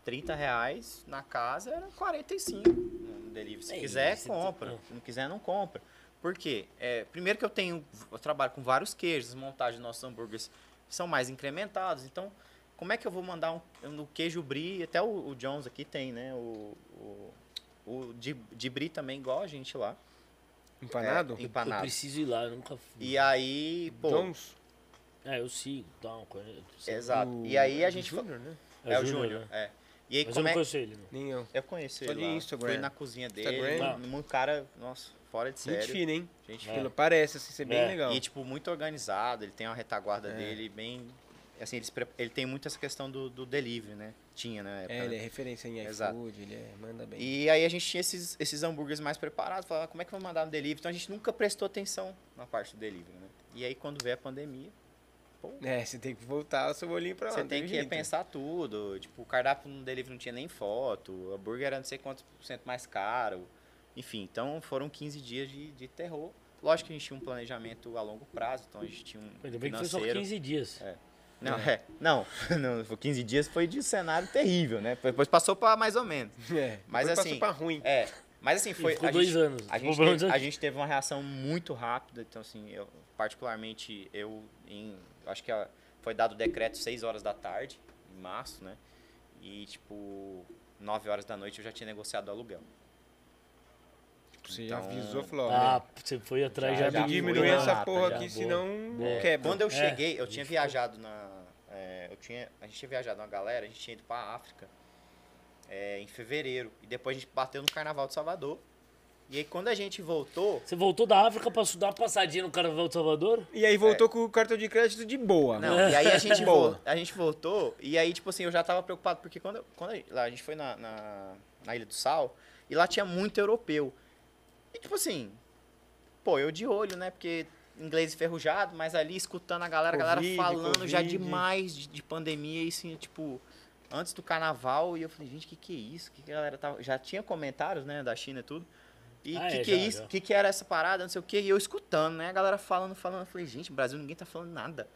30 reais na casa era 45 no delivery. Se
É,
quiser,
você tem-
compra.
é.
Se não quiser, não compra. Por quê? É, primeiro que eu tenho, eu trabalho com vários queijos, a montagem dos nossos hambúrgueres são mais incrementados, então como é que eu vou mandar um, um queijo brie, até o, o Jones aqui tem, né, o, o, o de, de brie também, igual a gente lá,
Empanado? Então,
É,
Eu
empanado.
preciso ir lá, eu nunca fui.
E aí, pô,
Jones?
É, eu sigo, tá, uma coisa. eu sei.
exato,
O-
e aí
é
a
do
gente, fa-
Júnior, né?
é o
Júnior,
Júnior,
né?
é, e aí
Mas eu
como
não
é,
conheço ele, não.
Nem eu.
eu conheço
Só
ele
de
lá,
Instagram.
fui na cozinha dele,
Instagram.
um cara, nossa, fora de sério,
Gente fina, hein?
gente
Pelo- Parece assim, ser bem
É.
legal.
E, tipo, muito organizado, ele tem uma
É.
retaguarda dele bem. Assim, ele, se pre- ele tem muito essa questão do, do delivery, né? Tinha, na época,
É,
né?
ele é referência em
Exato.
iFood, ele é, manda bem.
E aí a gente tinha esses, esses hambúrgueres mais preparados, falava, como é que eu vou mandar no delivery? Então a gente nunca prestou atenção na parte do delivery, né? E aí quando veio a pandemia,
É, você tem que voltar o seu olhinho pra lá.
você
não
tem que
jeito.
repensar tudo. Tipo, o cardápio no delivery não tinha nem foto, o hambúrguer era não sei quantos por cento mais caro. Enfim, então foram 15 dias de, de terror. Lógico que a gente tinha um planejamento a longo prazo, então a gente tinha um
Ainda bem que foi só
financeiro.
15 dias.
Não, é. Não, não, foi 15 dias foi de cenário terrível, né? Depois passou pra mais ou menos.
É,
Mas,
depois Passou
assim,
pra ruim.
É. Mas assim,
E
foi.
ficou
a
dois
gente,
anos.
A
Ficou
gente,
pelo menos
teve, a
antes.
gente teve uma reação muito rápida, então assim, eu, particularmente eu em. Acho que a- foi dado o decreto 6 horas da tarde, em março, né? E tipo, 9 horas da noite eu já tinha negociado o aluguel.
Você já
então-
avisou, falou,
Ah,
olha,
você foi atrás já,
já,
já
me
diminui
foi na
essa
lata,
porra
já,
aqui,
boa.
senão
Boa.
quebra.
Quando eu
É,
cheguei, eu
a
tinha
gente ficou-
viajado na. é, eu tinha, a gente tinha viajado uma galera, a gente tinha ido pra África é, em fevereiro. E depois a gente bateu no carnaval de Salvador. E aí quando a gente voltou.
Você voltou da África pra dar uma passadinha no Carnaval de Salvador?
E aí voltou com o cartão de crédito de boa.
é.
né?
Não, e aí a gente,
Boa.
vo- a gente voltou, e aí, tipo assim, eu já tava preocupado, porque quando, eu- quando a, gente, lá, a gente foi na, na, na Ilha do Sal, e lá tinha muito europeu. E tipo assim, pô, eu de olho, né? Porque inglês enferrujado, mas ali escutando a galera, a galera
Covid,
falando já
Covid.
demais de, de pandemia, e assim, tipo, antes do carnaval, e eu falei, gente, que que é isso? Que que a galera tava... Já tinha comentários, né, da China e tudo. E
Ah,
que
é,
que é
já,
isso?
já.
Que que era essa parada? Não sei o que. E eu escutando, né? A galera falando, falando. Eu falei, gente, Brasil, ninguém tá falando nada.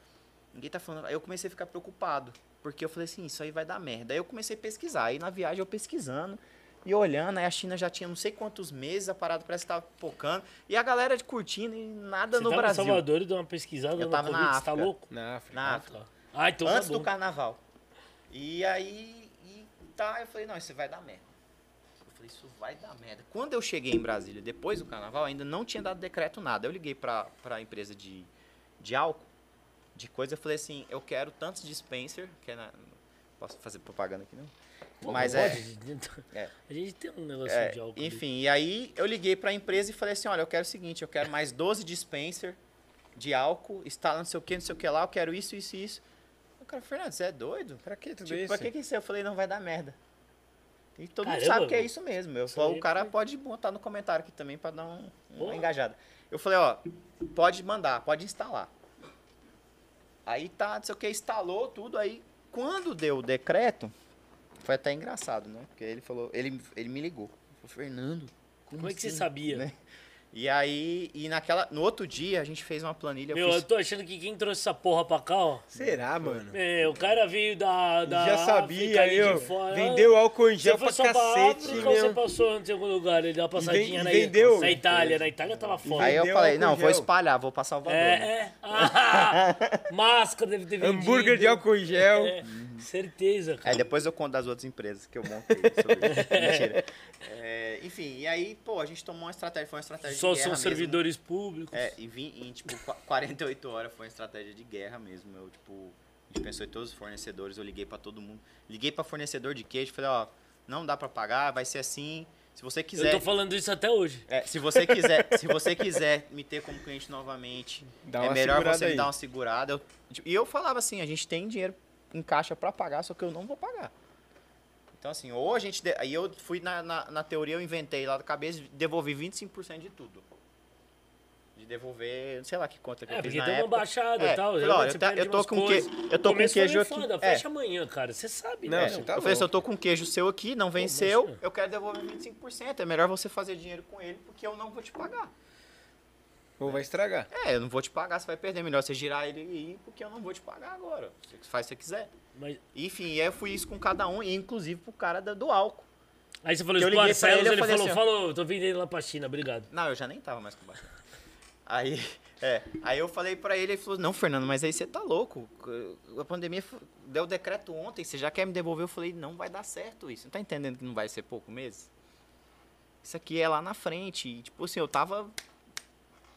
Ninguém tá falando. Aí eu comecei a ficar preocupado. Porque eu falei assim, isso aí vai dar merda. Aí eu comecei a pesquisar. Aí na viagem eu pesquisando e olhando. Aí a China já tinha não sei quantos meses, a parada parece que tava pocando. E a galera de curtindo e nada
você
no
tava
Brasil.
em Salvador e deu uma pesquisada
Eu
no
tava na
Covid, você tá
África.
louco?
Na África.
Na
Ah, tá. Ah, então
antes
tá bom.
do carnaval. E aí, e tá, eu falei, não, isso vai dar merda. Eu falei, isso vai dar merda. Quando eu cheguei em Brasília, depois do carnaval, ainda não tinha dado decreto nada. Eu liguei pra, pra empresa de, de álcool, de coisa, eu falei assim, eu quero tantos dispenser, que é na- posso fazer propaganda aqui não?
Pô,
Mas
não
é,
pode.
É.
A gente tem um negócio
é,
de álcool.
enfim, e aí eu liguei pra empresa e falei assim, olha, eu quero o seguinte, eu quero mais 12 dispenser de álcool, instala não sei o que, não sei o que lá, eu quero isso, isso e isso. O cara, Fernando, você é doido?
Pra que tudo
Tipo,
isso?
pra que que isso? Eu falei, não vai dar merda. E todo mundo
Caramba,
sabe que é
velho.
isso mesmo. Eu
Isso
falo,
aí
o cara
foi-
pode botar no comentário aqui também pra dar um, uma
Porra.
engajada. Eu falei, ó, pode mandar, pode instalar. Aí tá, não sei o que, instalou tudo. Aí quando deu o decreto, foi até engraçado, né? Porque ele falou, ele, ele me ligou. Ele falou, Fernando,
Como é que você
assim?"
sabia?
Né? E aí, e naquela, no outro dia a gente fez uma planilha. eu
Meu,
fiz-
eu tô achando que quem trouxe essa porra pra cá, ó.
Será, mano?
É, o cara veio da. da
Já
África,
sabia,
ali de
eu.
fora.
Vendeu álcool em
Você
gel
foi
pra
só pra
cacete,
África ou você
meu.
passou antes em algum lugar? Ele deu uma passadinha
e
na,
vendeu.
na Itália. Na Itália tava foda.
Aí eu
Deu
falei,
álcool
não,
em
vou
gel.
espalhar, vou pra Salvador. né?
É, é. Ah, máscara deve ter vendido.
Hambúrguer de álcool em gel.
É. Certeza, cara.
Aí depois eu conto das outras empresas que eu montei sobre isso. Mentira. É, enfim, e aí, pô, a gente tomou uma estratégia, foi uma estratégia
Só
é
de guerra
são
mesmo.
servidores públicos.
É, e vim, em, tipo, qua- 48 horas foi uma estratégia de guerra mesmo. Eu, tipo, a gente pensou em todos os fornecedores, eu liguei pra todo mundo. Liguei pra fornecedor de queijo, falei, ó, não dá pra pagar, vai ser assim. Se você
eu
quiser.
tô falando isso até hoje.
É, se você quiser, se você quiser me ter como cliente novamente,
Dá
é
uma
melhor
segurada
você me
aí.
dar uma segurada. Eu- e eu falava assim, a gente tem dinheiro em caixa pra pagar, só que eu não vou pagar. Então assim, ou a gente de- aí eu fui na, na, na teoria eu inventei lá da cabeça, devolvi 25% de tudo. De devolver, sei lá que conta que
É,
eu fiz
porque
na
deu uma
época.
baixada
É,
e tal.
falei,
já
ó,
vai
eu, tá-
se
eu tô
perdendo
com
umas
que,
coisas.
eu tô com
Começo foi
queijo aqui.
foda,
é.
fecha amanhã, cara. Você sabe,
Não,
né?
você
eu
tá
falei assim, eu
louco.
tô com queijo seu aqui, não venceu,
deixa.
eu quero devolver 25%. É melhor você fazer dinheiro com ele porque eu não vou te pagar.
Ou vai estragar.
É, eu não vou te pagar, você vai perder. É Melhor você girar ele e ir, porque eu não vou te pagar agora. Você faz o que você quiser.
Mas,
Enfim, e aí eu fui isso com cada um, e inclusive pro cara da- do álcool.
aí você falou
Eu
isso com o
liguei pra
Barcelos,
ele, eu
ele
falei
falou,
assim, ó.
falou, tô vendendo lá pra China, obrigado.
Não, eu já nem tava mais com o Batman. Aí, é, aí eu falei pra ele, ele falou, não, Fernando, mas aí você tá louco. A pandemia fu- deu decreto ontem, você já quer me devolver? Eu falei, não vai dar certo isso. Não tá entendendo que não vai ser pouco meses? Isso aqui é lá na frente. E, tipo assim, eu tava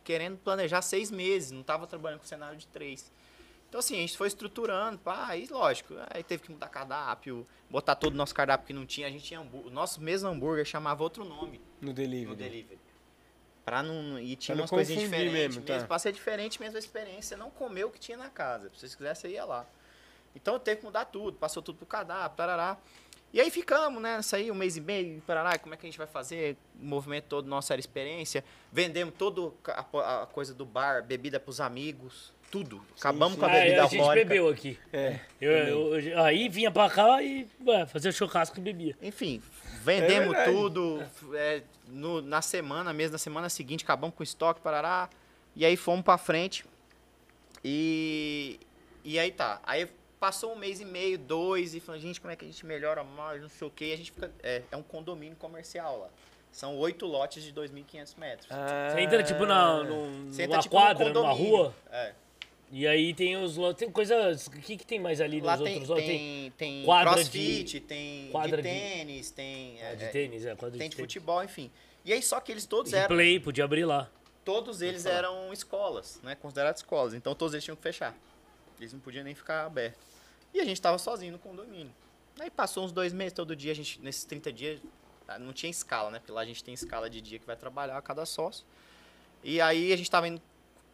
querendo planejar seis meses, não tava trabalhando com cenário de três. Então, assim, a gente foi estruturando, pá, aí lógico, aí teve que mudar cardápio, botar todo o nosso cardápio que não tinha, a gente tinha hambúrguer, o nosso mesmo hambúrguer chamava outro nome
No delivery.
no delivery. Pra não. E tinha
Pra não
umas coisinhas
confundir
diferentes
mesmo,
mesmo.
tá.
Pra ser diferente mesmo a experiência. Não comer o que tinha na casa. Se vocês quisessem, você ia lá. Então teve que mudar tudo. Passou tudo pro cardápio, tarará. E aí ficamos, né? Isso aí, um mês e meio, parará, como é que a gente vai fazer? O movimento todo nosso era experiência. Vendemos toda a, a coisa do bar, bebida pros amigos, tudo. Acabamos
sim.
com a
Ah,
Aí
bebida
é, a gente
alcoólica.
bebeu aqui.
É.
Eu- eu- eu- aí vinha pra cá e ué, fazia churrasco e bebia.
Enfim, vendemos
verdade.
tudo. f- é, no- na semana mesmo, na semana seguinte, acabamos com o estoque, parará. E aí fomos pra frente. E, e aí tá. Aí passou um mês e meio, dois, e falando, gente, como é que a gente melhora mais, não sei o quê. E a gente fica. É, é um condomínio comercial lá. São oito lotes de 2.500 metros.
Você entra tipo na, num-
Você
numa
entra, tipo, num
quadra, numa
condomínio.
rua,
É.
e aí tem os lotes, tem coisas, o que que tem mais ali
Lá
nos
tem,
outros lotes?
tem, tem
quadra
crossfit, tem
quadra
de
de-
tênis, tem,
Ah,
é,
de
é,
tênis, é, quadra
tem
de
de
tênis.
futebol, enfim. E aí só que eles todos
E
eram.
play, podia abrir lá.
todos eles eram escolas, né? Consideradas escolas. Então todos eles tinham que fechar. Eles não podiam nem ficar abertos. E a gente tava sozinho no condomínio. Aí passou uns dois meses, todo dia, a gente, nesses 30 dias, ah, não tinha escala, né? Porque lá a gente tem escala de dia que vai trabalhar a cada sócio. E aí a gente tava indo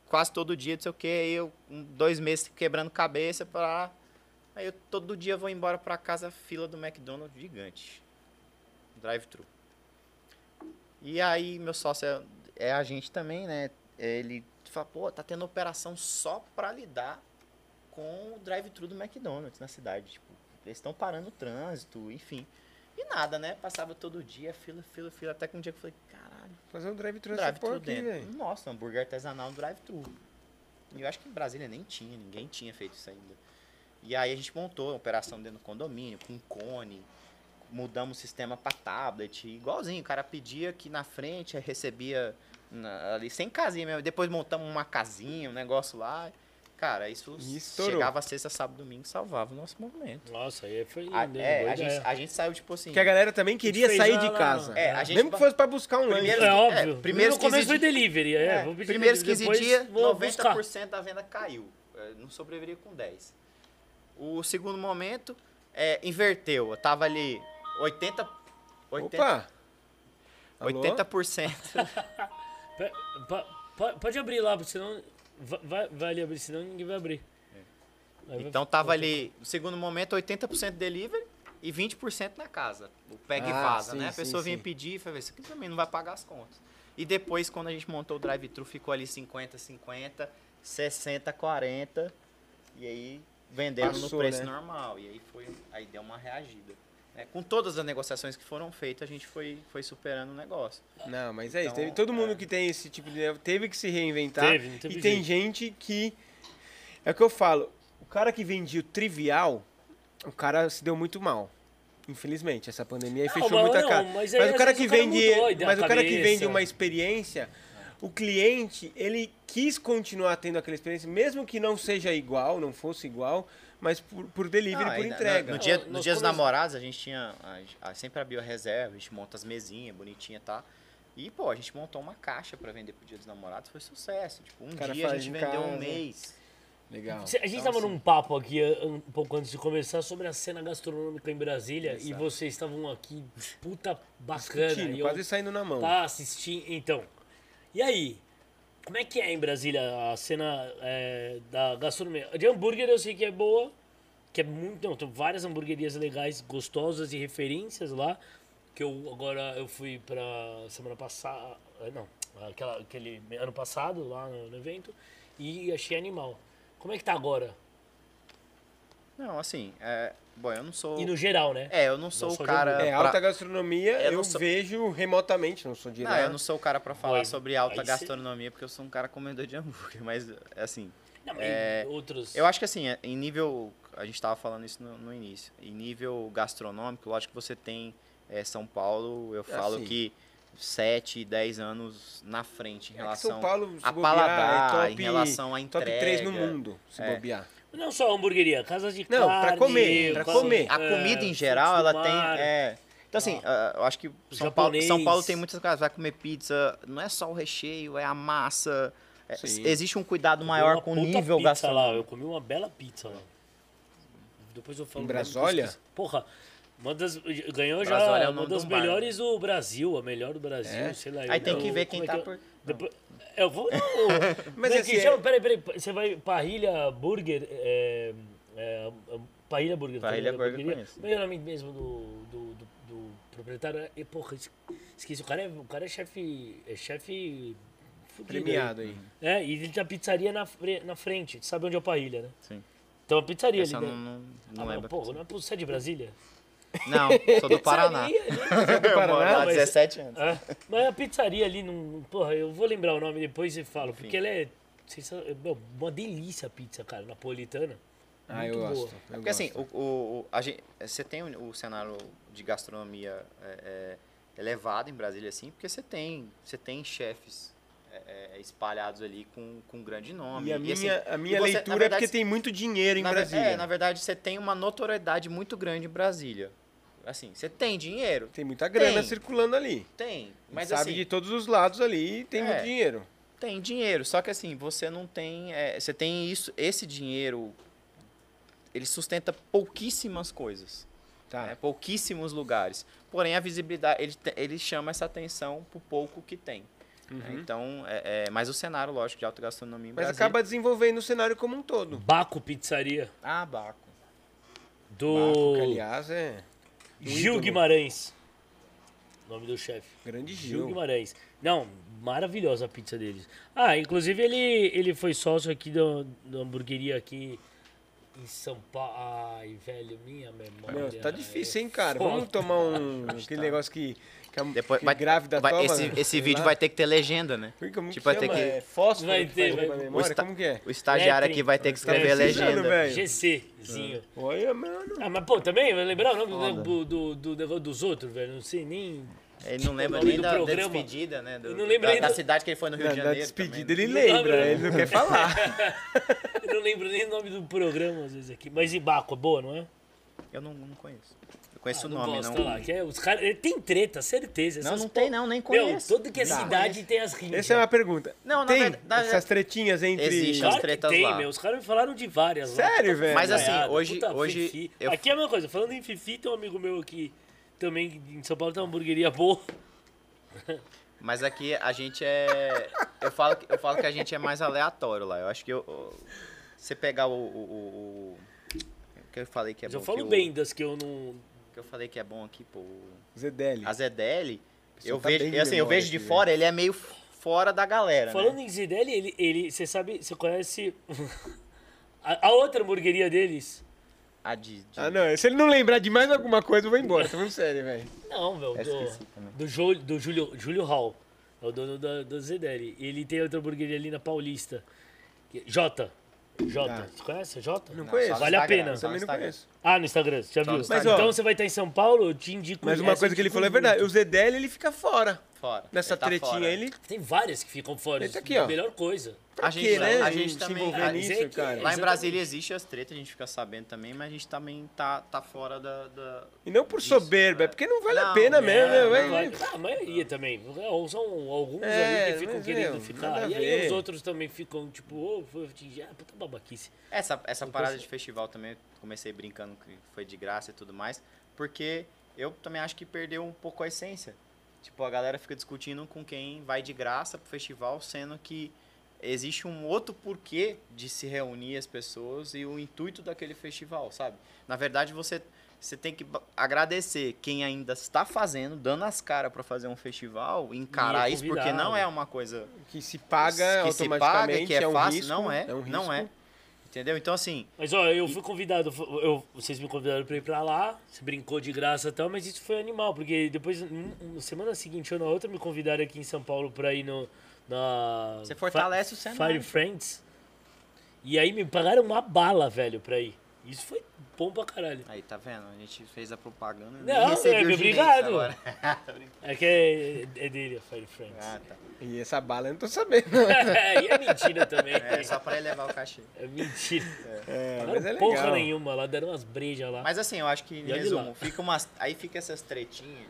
quase todo dia, não sei o quê, aí eu, um, dois meses quebrando cabeça pra. Aí eu todo dia vou embora pra casa, fila do McDonald's gigante. Drive-thru. E aí, meu sócio é, é a gente também, né? Ele fala, pô, tá tendo operação só pra lidar com o drive-thru do McDonald's na cidade. Tipo, eles estão parando o trânsito, enfim. E nada, né? Passava todo dia, fila, fila, fila. Até que um dia que eu falei, caralho,
Fazer um drive-thru nessa porra
drive-thru
aqui,
dentro.
velho.
Nossa, hambúrguer artesanal no drive-thru. E eu acho que em Brasília nem tinha, ninguém tinha feito isso ainda. E aí a gente montou a operação dentro do condomínio, com cone, mudamos o sistema pra tablet, igualzinho. O cara pedia aqui na frente, aí recebia na- ali sem casinha mesmo. Depois montamos uma casinha, um negócio lá. Cara, isso
E estourou.
chegava sexta, sábado, domingo, salvava o nosso movimento.
Nossa, aí foi...
A,
né,
é,
boa
a gente,
ideia.
a gente saiu, tipo assim.
Que a galera também queria
fez
sair
lá
de
na-
casa.
É, a gente-
Mesmo que fosse pra buscar um lanche.
Primeiro-
É
é,
óbvio.
primeiros
no começo
15
foi delivery, é.
É,
vou pedir
primeiros
delivery, depois
15 dias,
vou buscar.
90% da venda caiu. É, Não sobreviveria com 10. O segundo momento é, inverteu. Eu tava ali 80 80
Opa! Alô?
80%.
Pe- pa- pa- Pode abrir lá, senão. va- Vai, vai ali abrir, senão ninguém vai abrir. Aí vai-
É. Então tava ali, no segundo momento, 80% delivery e 20% na casa. O pega e
Ah,
vaza,
sim,
né? A
sim,
pessoa vinha
sim.
pedir e falava, isso aqui também não vai pagar as contas. E depois, quando a gente montou o drive-thru, ficou ali 50, 50, 60, 40. E aí vendemos no
Passou,
preço
né?
normal. E aí foi. Aí deu uma reagida. É, com todas as negociações que foram feitas, a gente foi, foi superando o negócio.
Não, mas é isso.
Então,
Teve, todo mundo
é.
que tem esse tipo de. teve que se reinventar.
Teve, não teve
e tem gente que. É o que eu falo. O cara que vendia o trivial, o cara se deu muito mal. Infelizmente, essa pandemia aí
Não,
fechou
mas
muita
não,
cara.
mas
Mas,
aí, às
o cara
vezes,
que
o cara
vende.
mudou a ideia,
mas
a
o cara que vende
cabeça.
uma experiência, o cliente, ele quis continuar tendo aquela experiência, mesmo que não seja igual, não fosse igual, mas por, por delivery,
Ah, Não,
por
aí na-
entrega.
No, no dia,
Nós-
no
nós
dia dos
começamos-
namorados, a gente tinha. a gen- a- sempre abriu a reserva, a gente monta as mesinhas bonitinha, tá? E, pô, a gente montou uma caixa pra vender pro dia dos namorados, foi sucesso. Tipo, um
O cara
dia a
faz
gente
em
vendeu
casa.
um mês.
Legal.
Cê- A gente estava num papo aqui ah, um pouco antes de começar sobre a cena gastronômica em Brasília e vocês estavam aqui puta bacana
Tiro,
e eu
quase saindo na mão.
tá assistindo então. E aí? Como é que é em Brasília a cena é, da gastronomia? De hambúrguer eu sei que é boa, que é muito, não, tem várias hamburguerias legais, gostosas e referências lá, que eu agora eu fui pra semana passada, é, não, aquela, aquele ano passado lá no, no evento e achei animal. Como é que tá agora?
Não, assim, é, bom, eu não sou.
E no geral, né?
É, eu não sou
Não
o
sou
cara.
É,
pra-
alta gastronomia eu,
Eu não sou-
vejo remotamente, não sou de
Não,
lá.
eu não sou o cara pra falar
Oi,
sobre alta
aí cê-
gastronomia, porque eu sou um cara comedor de hambúrguer, mas assim.
Não, mas
é,
outros.
Eu acho que assim, é, em nível. A gente estava falando isso no, no início. Em nível gastronômico, lógico que você tem é, São Paulo, eu falo
Ah, sim.
que 7, 10 anos na frente em
É que
relação
São Paulo, se
a
bobear,
paladar,
é top,
em relação à
top
entrega.
3 no mundo, se
É.
bobear.
Não só hamburgueria, casas de
Não, pra
carne.
comer, pra
casas-
comer.
A
é,
comida em
frutos
geral,
do
ela
mar.
tem. é. Então, assim, ah, eu acho que São Paulo,
japonês.
São Paulo tem muitas coisas. Vai comer pizza, não é só o recheio, é a massa. É,
Sim.
existe um cuidado
Comi
maior
uma
com o
puta
nível
pizza
gastronômico.
lá, Eu comi uma bela pizza lá. Depois eu falo.
Em
o nome dos-
Brasília?
Porra, uma das, ganhou já
Brasília é o
uma
nome
das
de um bar,
melhores do Brasil, a melhor do Brasil,
É?
sei lá.
Aí
eu-
tem que ver
como
quem
é
tá
eu-
por-
Depois, eu vou. Mas
Mas
aqui,
assim,
chama,
é-
peraí, peraí. Você vai Parrilha Burger. É, é, Parrilha Burger.
Parrilha
tá ligado?
Burger
Hamburgueria.
eu conheço.
Como é o nome mesmo do, do, do- do proprietário? E, porra, es- esqueci. O cara é, o cara é chefe. É chefe. fudido aí.
Premiado aí.
É, e ele tem a pizzaria na, fre- na frente. Sabe onde é o Parrilha, né?
Sim.
Tem uma pizzaria
Eu só
ali.
não,
né?
não,
Ah,
não lembro.
Pô, não é pro- você é de Brasília?
Não, sou do É Paraná.
Pizzaria ali-
Eu moro
Paraná,
lá há
mas-
17 anos.
Ah, mas a pizzaria ali, não, porra, eu vou lembrar o nome depois e falo, porque ela é sensa- meu, uma delícia a pizza, cara, napolitana.
Ah, eu
Muito boa.
gosto. eu
Porque assim,
gosto.
o, o, o- a gente, é, você tem o, o cenário de gastronomia é, é, elevado em Brasília, assim, porque você tem, você tem chefes é, é, espalhados ali com, com grande nome.
E a minha,
assim,
a minha
e você- na
leitura é
verdade,
porque tem muito dinheiro em
na, ver-
Brasília.
É, na verdade, você tem uma notoriedade muito grande em Brasília. Assim, você tem dinheiro?
Tem muita grana
Tem.
circulando ali.
Tem. Mas
Sabe
assim,
de todos os lados ali e tem
É.
muito dinheiro.
Tem dinheiro, só que assim, você não tem. é, você tem isso, esse dinheiro, ele sustenta pouquíssimas coisas. né?
Tá.
Pouquíssimos lugares. Porém, a visibilidade, ele, te- ele chama essa atenção pro pouco que tem. né? Então, é, é, mas o cenário, lógico, de alta gastronomia em
Uhum. Mas
Brasília-
acaba desenvolvendo o cenário como um todo.
Baco Pizzaria,
Ah, Baco.
do
Que, aliás, é
Gil
ídolo.
Guimarães. Nome do chefe.
grande
Gil
Gil.
Guimarães. Não, maravilhosa a pizza deles. Ah, inclusive ele, ele foi sócio aqui da, da hamburgueria aqui em São Paulo. Ai, velho, minha memória.
Meu, tá difícil,
é
hein, cara? Vamos
foda.
tomar um. Aquele negócio que, que, a,
Depois,
que
vai,
grávida
vai-
toma.
esse
né?
esse
Sei
vídeo
lá.
vai ter que ter legenda, né?
Como que
tipo, vai ter
chama?
que-
É fósforo?
Vai
que
ter,
faz
vai-
pra
o
memória?
esta-
Como que é?
O estagiário
Letrin.
aqui vai ter que
Tá
escrever a
precisando,
legenda.
velho. É.
GCzinho.
Olha, mano.
Ah, mas pô, também vai lembrar o nome
Foda.
do, do, do negócio dos outros, velho. Não sei nem.
Ele não lembra
O nome
nem
do
da, da
programa.
despedida, né? Do,
Eu não lembro
da,
nem
da
do-
cidade que ele foi no Rio
Na,
de
na
Janeiro.
despedida
também, né?
ele
Não
lembra,
lembra.
ele não quer falar.
Eu não lembro nem o nome do programa, às vezes, aqui. Mas Ibaco é boa, não é?
Eu não, não conheço. Eu conheço
Ah,
o nome,
gosto,
não.
olha lá. Que é, os cara... Tem treta, certeza.
Não,
essas
não
po-
tem não, nem
Meu,
conheço.
todo que é
Não.
cidade tem as rinhas.
Essa é uma pergunta.
Não, na
Tem
verdade- na
essas
verdade-
tretinhas entre.
Existe.
Claro
as tretas
que tem,
lá.
meu. Os caras me falaram de várias lá.
Sério,
Puta
velho?
Mas assim,
fofaiada,
hoje-
puta
hoje
fifi.
eu-
Aqui é a mesma coisa. Falando em Fifi, tem um amigo meu aqui também em São Paulo tem uma hamburgueria boa.
Mas aqui a gente é. Eu falo, que- eu falo que a gente é mais aleatório lá. Eu acho que eu. eu- Você pegar o. o, o- o- o que eu falei que é
Mas
bom.
eu falo
que
bem das que eu não.
O, que eu falei que é bom aqui, pô.
ZDL.
A ZDL,
pessoa
eu
tá
vejo.
bem de
eu, assim, eu
memória
vejo de
aqui,
fora, ele é meio fora da galera.
Falando
né?
em Zideli, ele, ele. Você sabe, você conhece. a, a outra hamburgueria deles?
A de. de-
Ah, não. Se ele não lembrar de mais alguma coisa, eu vou embora. Tô falando sério, velho.
Não, meu.
Eu esqueci
Do,
também.
do, Jô- do Júlio, Júlio Hall. É o dono da, da Zedeli. Ele tem outra hamburgueria ali na Paulista. que- Jota. Jota.
Ah.
Você conhece a Jota?
Não
só
conheço.
no
Vale a
Instagram,
pena.
só no
Também não
Instagram.
conheço.
Ah, no Instagram, você já viu?
no
Mas,
Tá Instagram.
então você vai estar em São Paulo, eu te indico.
Mas uma
essa eu
coisa
te
que ele falou é
indico
verdade.
muito.
O ZDL, ele fica fora.
Fora.
Nessa
ele tá
tretinha
fora.
ele.
Tem várias que ficam fora.
Esse
isso
tá aqui,
é
ó.
A melhor coisa.
A
que,
gente,
né,
a
ele
gente
se
também.
envolver
a-
nisso,
é que-
cara?
Lá em
Exatamente.
Brasília existe as tretas, a gente fica sabendo também, mas a gente também tá, tá fora da. da-
E não por
disso,
soberba, é
né?
porque não vale a
Não,
pena
é,
mesmo. né?
não
Vai-
vale. Ah, a maioria também. Ou São alguns
É,
ali que ficam
mas,
querendo
meu, nada a
ficar. E aí
ver.
os outros também ficam tipo, ô, foi atingir. Ah, puta babaquice.
Essa, essa parada de festival também, eu comecei brincando que foi de graça e tudo mais, porque eu também acho que perdeu um pouco a essência. Tipo, a galera fica discutindo com quem vai de graça pro festival, sendo que existe um outro porquê de se reunir as pessoas e o intuito daquele festival, sabe? Na verdade, você, você tem que ba- agradecer quem ainda está fazendo, dando as caras para fazer um festival, encarar
E é
isso, porque não
convidado.
é uma coisa
Que se paga
que se
automaticamente.
paga, que é,
um
fácil,
risco,
não é,
É um
não é.
risco.
Entendeu? Então, assim,
Mas ó, eu fui convidado, eu- eu- vocês me convidaram pra ir pra lá, você brincou de graça e tal, mas isso foi animal, porque depois, um- um- semana seguinte ou na outra, me convidaram aqui em São Paulo pra ir no. Na
Você fortalece
Fi-
o
Fire
cenário.
Friends. E aí me pagaram uma bala, velho, pra ir. Isso foi bom pra caralho.
Aí, tá vendo? A gente fez a propaganda. e
Não,
nem recebeu
é,
direito
obrigado.
agora. Tá brincando.
É que é, é dele, a Fire Friends.
ah, tá.
E essa bala eu não tô sabendo. né?
e é mentira também.
É
É,
só pra elevar o cachê.
mentira.
É,
Não
mas é
era porra
legal.
nenhuma lá, deram umas brejas lá.
Mas assim, eu acho que, em
E olha lá. Uhum.
resumo, fica umas, aí fica essas tretinhas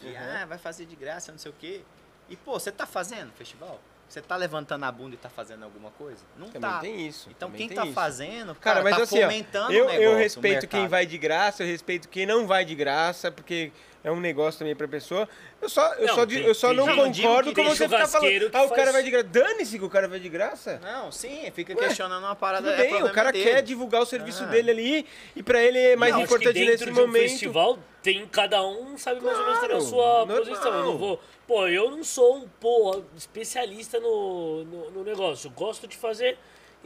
de, ah, vai fazer de graça, não sei o quê. E, pô, você tá fazendo festival? Você tá levantando a bunda e tá fazendo alguma coisa? Não
Também
tá.
tem isso.
Então,
também
quem
tem
tá
isso.
fazendo,
Cara,
cara,
mas
tá
assim, ó,
fomentando
eu,
o negócio.
eu
o
respeito quem
mercado.
vai de graça, eu respeito quem não vai de graça, porque é um negócio também pra pessoa. Eu só, eu
Não,
só, di-
tem-
eu só
tem
não
gente-
não digo
concordo
que
com
tem
você ficar falando.
churrasqueiro que
Ah, o cara
faz-
vai de graça. Dane-se que o cara vai de graça.
Não, sim, fica
Ué,
questionando uma parada.
Tudo
é
bem, o
problema
cara
dele.
quer divulgar o serviço
Ah.
dele ali e pra ele é mais
Não, acho que
importante
dentro
nesse
de um
momento.
festival tem cada um sabe mais ou menos qual é a
Claro,
sua
normal.
posição. Eu não vou, pô, eu não sou um pô, especialista no, no, no negócio. Eu gosto de fazer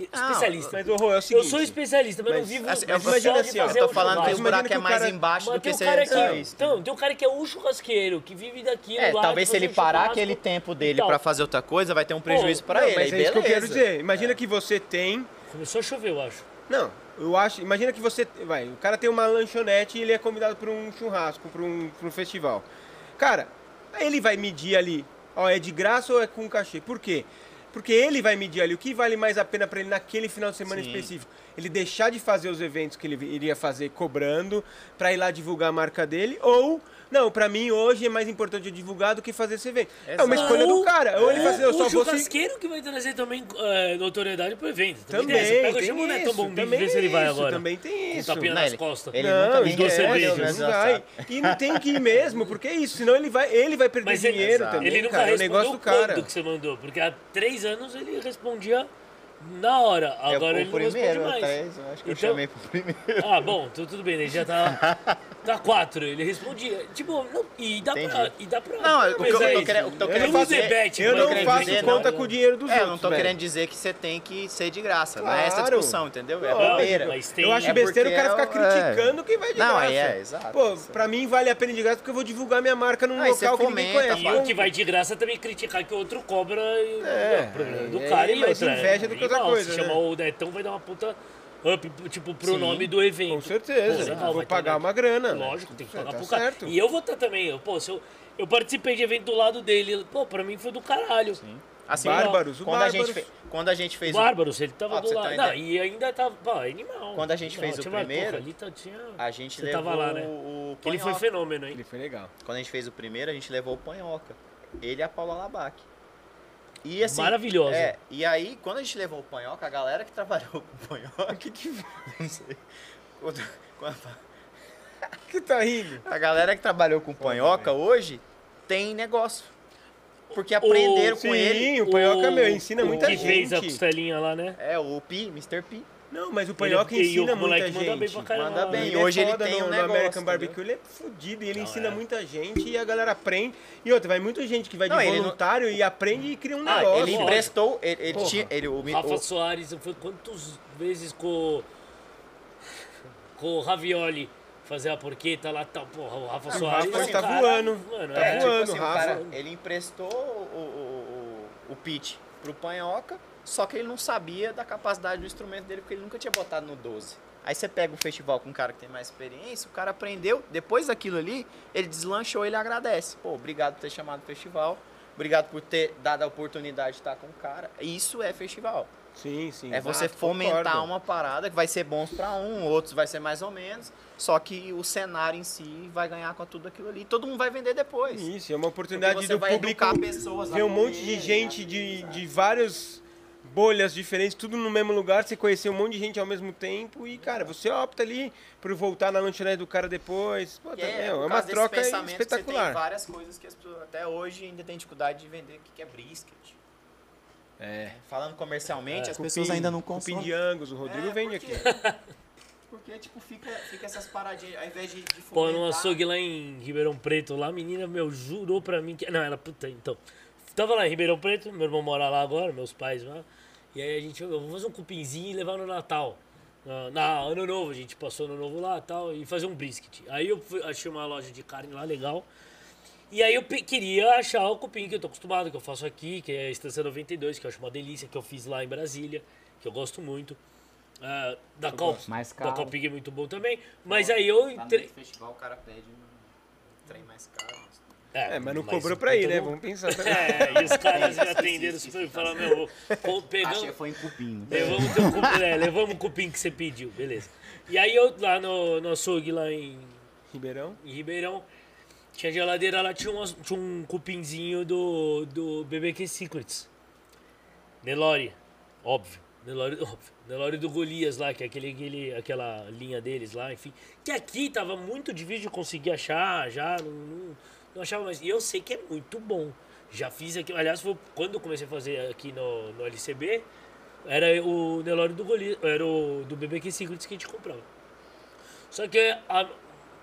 especialista.
Mas o horror é o seguinte.
eu sou especialista, mas,
mas-
não vivo.
Assim,
mas
eu,
só
imagino
de
assim, ó,
fazer
eu
um
tô falando que
churrasco.
o
churrasco.
Imagina
buraco
que é
é
o
mais
cara-
embaixo
Mas
do que
tem um
você
cara
você
que,
isso.
então, tem um cara que é um churrasqueiro, que vive daquilo
É,
lá,
talvez
de
se ele
fazer um
parar
churrasco
aquele tempo
e
dele
tal.
pra fazer outra coisa, vai ter um prejuízo
Pô,
pra
Não,
ele.
mas é
beleza. É.
isso que eu quero dizer. Imagina que você tem.
Começou a chover, eu acho.
Não, eu acho. Imagina que você. Vai, o cara tem uma lanchonete e ele é convidado para um churrasco, para um, pra um festival. Cara, aí ele vai medir ali. Ó, é de graça ou é com cachê? Por quê? Porque ele vai medir ali o que vale mais a pena para ele naquele final de semana
Sim.
específico. Ele deixar de fazer os eventos que ele iria fazer cobrando para ir lá divulgar a marca dele ou não, para mim hoje é mais importante eu divulgar do que fazer esse evento. É uma
Exato. É.
escolha do cara. Ou ele
Ou
vai fazer,
é,
eu
o
só vou se-
churrasqueiro que vai trazer também eh, notoriedade pro evento.
Também,
tem essa. Pega
tem
chama o né? Neto
isso,
Bombi,
também
um vê se ele vai
isso,
agora.
também tem
Com
isso.
tapinha
Não,
um nas
ele-
costas.
ele-
não,
nunca
e
me
duas
interessa,
cervejas,
né,
não vai.
desgraçado.
E não tem que ir mesmo, porque é isso, senão ele vai, ele vai perder
Mas ele-
dinheiro
Exato.
também,
Ele nunca
cara, é o
respondeu
negócio do
quando
cara.
que você mandou, porque há três anos ele respondia na hora, agora
é
ele
o
não
primeiro,
responde mais.
atrás, eu acho que
Então-
eu chamei pro primeiro.
Ah, bom, tu- tudo bem, ele já tá, tá quatro, ele respondia. Tipo, não, e dá pra...
Entendi.
E dá pra
Não, o que eu- o que eu
é isso.
quero- o que eu
Não
quero
usa
fazer-
Ebet,
Eu
mano,
não
quero
faço
dizer, não,
conta
não.
com o dinheiro dos
É, eu
outros,
não tô
velho.
querendo dizer que você tem que ser de graça. Não é essa
Claro.
discussão, entendeu? É
Não,
bobeira.
mas tem-
Eu acho
É
besteira o
porque
cara ficar
é-
criticando quem vai de
Não,
graça.
aí é, exato.
Pô, pra mim vale a pena de graça porque eu vou divulgar minha marca num
Aí você
local que ninguém
fomenta,
conhece.
E o que vai de graça também criticar que o outro cobra e
É,
não, o problema é do
aí
cara
é
e
mais
outra.
inveja do que
E
outra
não,
coisa,
Se
né?
chamar o Netão vai dar uma puta up, tipo, pro
Sim,
nome do evento.
Com certeza,
Pô, legal,
eu
vai
vou
ter
pagar
um-
uma grana. né?
Lógico, tem que
É,
pagar
tá
pro cara.
certo.
E eu vou estar também, eu, pô, se eu, eu participei de evento do lado dele, pô, pra mim foi do caralho.
Assim,
Bárbaros, o
quando a gente
Bárbaros.
fe- Quando a gente fez o
Bárbaros, ele tava
Ah,
Ó, pra
do
você
tá
lado.
ter uma
não,
ideia.
e ainda tava, pô, animal.
Quando a gente
Não,
fez o
tinha uma-
primeiro,
porra, ali tá- tinha-
A gente
Você
levou
tava lá, né?
o
Ele foi
Panhoca.
fenômeno, hein?
Ele foi legal.
Quando a gente fez o primeiro, a gente levou o Panhoca. Ele e a Paula Labac. E assim,
Maravilhosa.
É, e aí, quando a gente levou o Panhoca, a galera que trabalhou com o Panhoca... Que Não sei. Quando- quando-
que tá rindo?
A galera que trabalhou com o Panhoca hoje tem negócio. Porque aprenderam
Sim,
com ele.
o Panhoca, meu, ensina
o
muita
que fez a
gente.
costelinha lá, né?
É, o Pi, Mr. Pi.
Não, mas o Panhoca
Ele- e o
ensina muita
moleque
gente.
manda bem pra caramba.
Manda bem.
Ele
hoje
é
ele
foda
tem
no,
um
no
negócio,
American
entendeu?
Barbecue, ele é fodido e ele
Não,
ensina
é.
muita gente e a galera aprende. E outra, vai muita gente que vai de
Não, ele não-
voluntário e aprende e cria um
Ah,
negócio.
ele
lógico.
emprestou. Ele, ele
Porra.
tinha. Ele, o, mi-
Rafa
o-
Soares foi quantas vezes com com o Ravioli fazer a porqueta lá tal, porra, o Rafa
Ah,
Soares
o Rafa
é um
tá
cara-
voando,
Mano,
tá
é,
tipo
voando,
assim, o
Rafa.
cara, ele emprestou o, o, o, o pitch pro Panhoca, só que ele não sabia da capacidade do instrumento dele, porque ele nunca tinha botado no 12. Aí você pega um festival com um cara que tem mais experiência, o cara aprendeu, depois daquilo ali, ele deslanchou, ele agradece. Pô, obrigado por ter chamado o festival, obrigado por ter dado a oportunidade de estar com o cara. Isso é festival.
Sim, sim.
É você
exato,
fomentar
concordo.
uma parada que vai ser bom pra um, outros vai ser mais ou menos, só que o cenário em si vai ganhar com tudo aquilo ali. Todo mundo vai vender depois.
Isso, é uma oportunidade
Porque você
do
vai
público
educar pessoas a
ver um
comer,
monte de
né?
gente de, de várias bolhas diferentes, tudo no mesmo lugar, você conhecer um monte de gente ao mesmo tempo e, cara, você opta ali por voltar na lanchonete do cara depois. Pô,
Que
tá- meu, é,
por
uma
causa desse
troca
pensamento que Você tem
espetacular.
várias coisas que as pessoas até hoje ainda têm dificuldade de vender, que que é brisket.
É.
Falando comercialmente, as
Cupim-
pessoas ainda não
Cupim de
consomem.
Angus, o Rodrigo
É,
vende
porque-
aqui.
Porque, tipo, fica, fica essas paradinhas, ao invés de, de
Pô, num
fomentar-
açougue lá em Ribeirão Preto, lá a menina, meu, jurou pra mim que. Não, ela, puta, então. Tava lá em Ribeirão Preto, meu irmão mora lá agora, meus pais lá. E aí a gente, eu vou fazer um cupinzinho e levar no Natal. Na, na- ano novo, a gente passou ano novo lá e tal, e fazer um brisket. Aí eu fui- achei uma loja de carne lá legal. E aí eu pe- queria achar o cupim que eu tô acostumado, que eu faço aqui, que é a Estância 92, que eu acho uma delícia, que eu fiz lá em Brasília, que eu gosto muito. Ah, da Cal,
gosto.
Mais
da
caro.
Calpig é muito bom também. Mas aí eu
Lá no
entrei.
festival o cara pede um trem mais caro.
É, mas não cobrou pra ir, né? Vamos pensar também.
É, e os caras me
Isso,
atenderam
isso,
super e
isso,
falaram, meu, pô,
Achei que
pegamos,
foi em cupim. né?
levamos, teu cupim, é, levamos o cupim que você pediu, beleza. E aí eu lá no, no açougue, lá em,
Ribeirão.
em Ribeirão, tinha geladeira lá, tinha um, aç- tinha um cupinzinho do, do BBQ Secrets. Nelore, óbvio. Nelore, óbvio. Nelore do Golias lá, que é aquele, aquele, aquela linha deles lá, enfim. Que aqui tava muito difícil de conseguir achar, já não, não, não achava mais. E eu sei que é muito bom. Já fiz aqui, aliás, foi quando eu comecei a fazer aqui no, no LCB, era o Nelore do Golias, era o do BBQ Secrets que a gente comprava. Só que a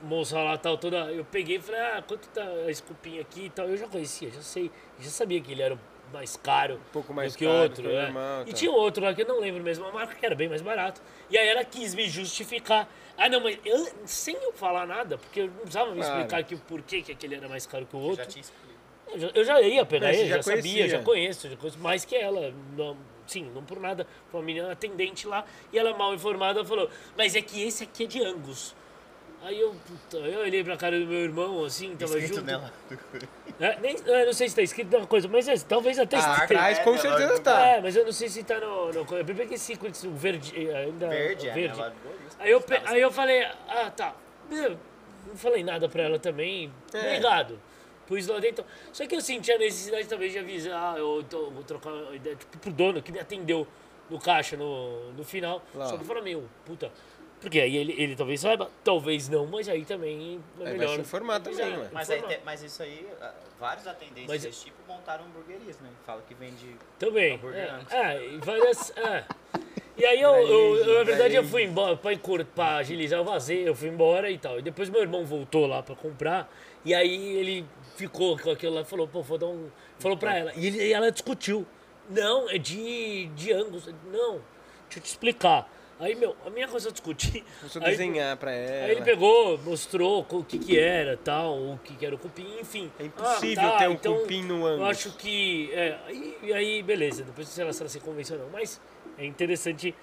moça lá tal toda. Eu peguei e falei, ah, quanto tá esse cupim aqui e tal. Eu já conhecia, já sei. Já sabia que ele era mais caro. Um
pouco mais
do que
caro,
outro.
que o
é.
normal,
e
tá.
tinha outro lá que eu não lembro mesmo a marca, que era bem mais barato. E aí ela quis me justificar. Ah, não, mas eu, sem eu falar nada, porque eu não precisava me
Claro.
explicar que o porquê que aquele era mais caro que o outro.
Já tinha escolhido.
Eu já, eu já ia pegar
Mas você
ele,
já
já, sabia,
conhecia.
já conheço, já conheço mais que ela. Não, sim, não por nada. Foi uma menina atendente lá e ela mal informada falou: Mas é que esse aqui é de Angus. Aí eu, puta, eu olhei pra cara do meu irmão, assim, tava
Escrito
junto.
nela.
É, nem, eu não sei se tá escrito alguma coisa, mas é, talvez até
Ah,
esteja.
Atrás,
É,
com
Nelore
certeza
do
tá.
É, mas eu não sei se tá no. no eu peguei esse Secrets, o verde. eh, Ainda,
Verde,
o
é,
né,
verde.
Nelore do Golias.
Aí eu, pe- aí eu falei, ah, tá. Eu não falei nada pra ela também.
É.
Obrigado. Pus lá dentro. Só que eu senti a necessidade talvez de avisar, "Ah, ou, to- ou trocar uma ideia, tipo, pro dono que me atendeu no caixa no, no final.
Lá.
Só que eu falei, meu, puta. Porque aí ele, ele talvez saiba, talvez não, mas aí também é
Aí
melhor.
vai um se informar também,
Exato.
ué.
Mas, aí, tem- mas isso aí, ah, vários atendentes
Mas-
desse tipo montaram hamburguerias, né? Fala que vende
Também.
Hambúrguer
É,
antes.
é, e várias. É. E aí eu, eu- eu, na verdade, eu fui embora, pra, encur- pra agilizar, eu vazei, eu fui embora e tal. E depois meu irmão voltou lá pra comprar, e aí ele ficou com aquilo lá e falou, pô, vou dar um. Falou pra ela. E, ele- e ela discutiu. Não, é de, de Angus. Não, deixa eu te explicar. Aí, meu, a minha coisa é discutir.
Começou a
Aí-
desenhar pra ela.
Aí ele pegou, mostrou co- o que que era, tal, o que que era o cupim, enfim. Ah, tá, então
É impossível ter um cupim no
Eu
ângulo.
acho que... é, e, e aí, beleza, depois sei lá se ela se convenceu ou não. Mas é interessante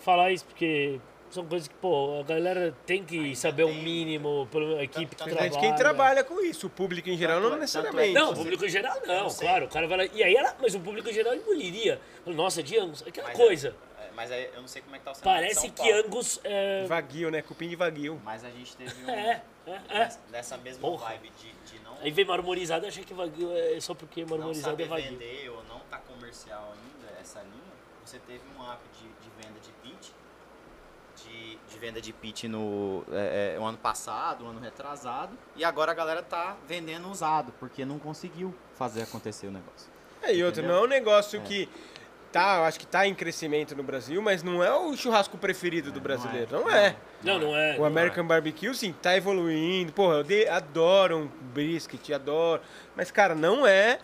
falar isso, porque são coisas que, pô, a galera tem que saber o mínimo, pelo menos a equipe
Tá,
que
Mas é
trabalha.
quem trabalha né?" Tá com isso, o público em geral
Tanto
não
é-
necessariamente.
Não, o público em geral não,
não sei.
claro. O cara vai lá, e aí ela, mas o público em geral engoliria. Nossa, de Angus, aquela
Mas é-
coisa.
É, Mas aí eu não sei como é que tá o cenário de
Parece
São
que
Paulo,
Angus é...
Vaguio, né? Cupim de vaguio.
Mas a gente teve um...
É, é, é.
nessa- Nessa mesma
Porra.
vibe de, de não,
Aí vem marmorizado, eu achei que vaguio é só porque
não
marmorizado é
saber
vaguio.
vender ou não tá comercial ainda essa linha. Você teve um app de, de venda de pitch. De, de venda de pitch no é, é, o ano passado, o ano retrasado. E agora a galera tá vendendo usado, porque não conseguiu fazer acontecer o negócio.
É, e outro,
Entendeu?
não é um negócio que tá, eu acho que tá em crescimento no Brasil, mas não é o churrasco preferido do brasileiro, não é.
Não, não é.
O American Barbecue, sim, tá evoluindo. Porra, eu de- adoro um brisket, adoro. Mas, cara, não é.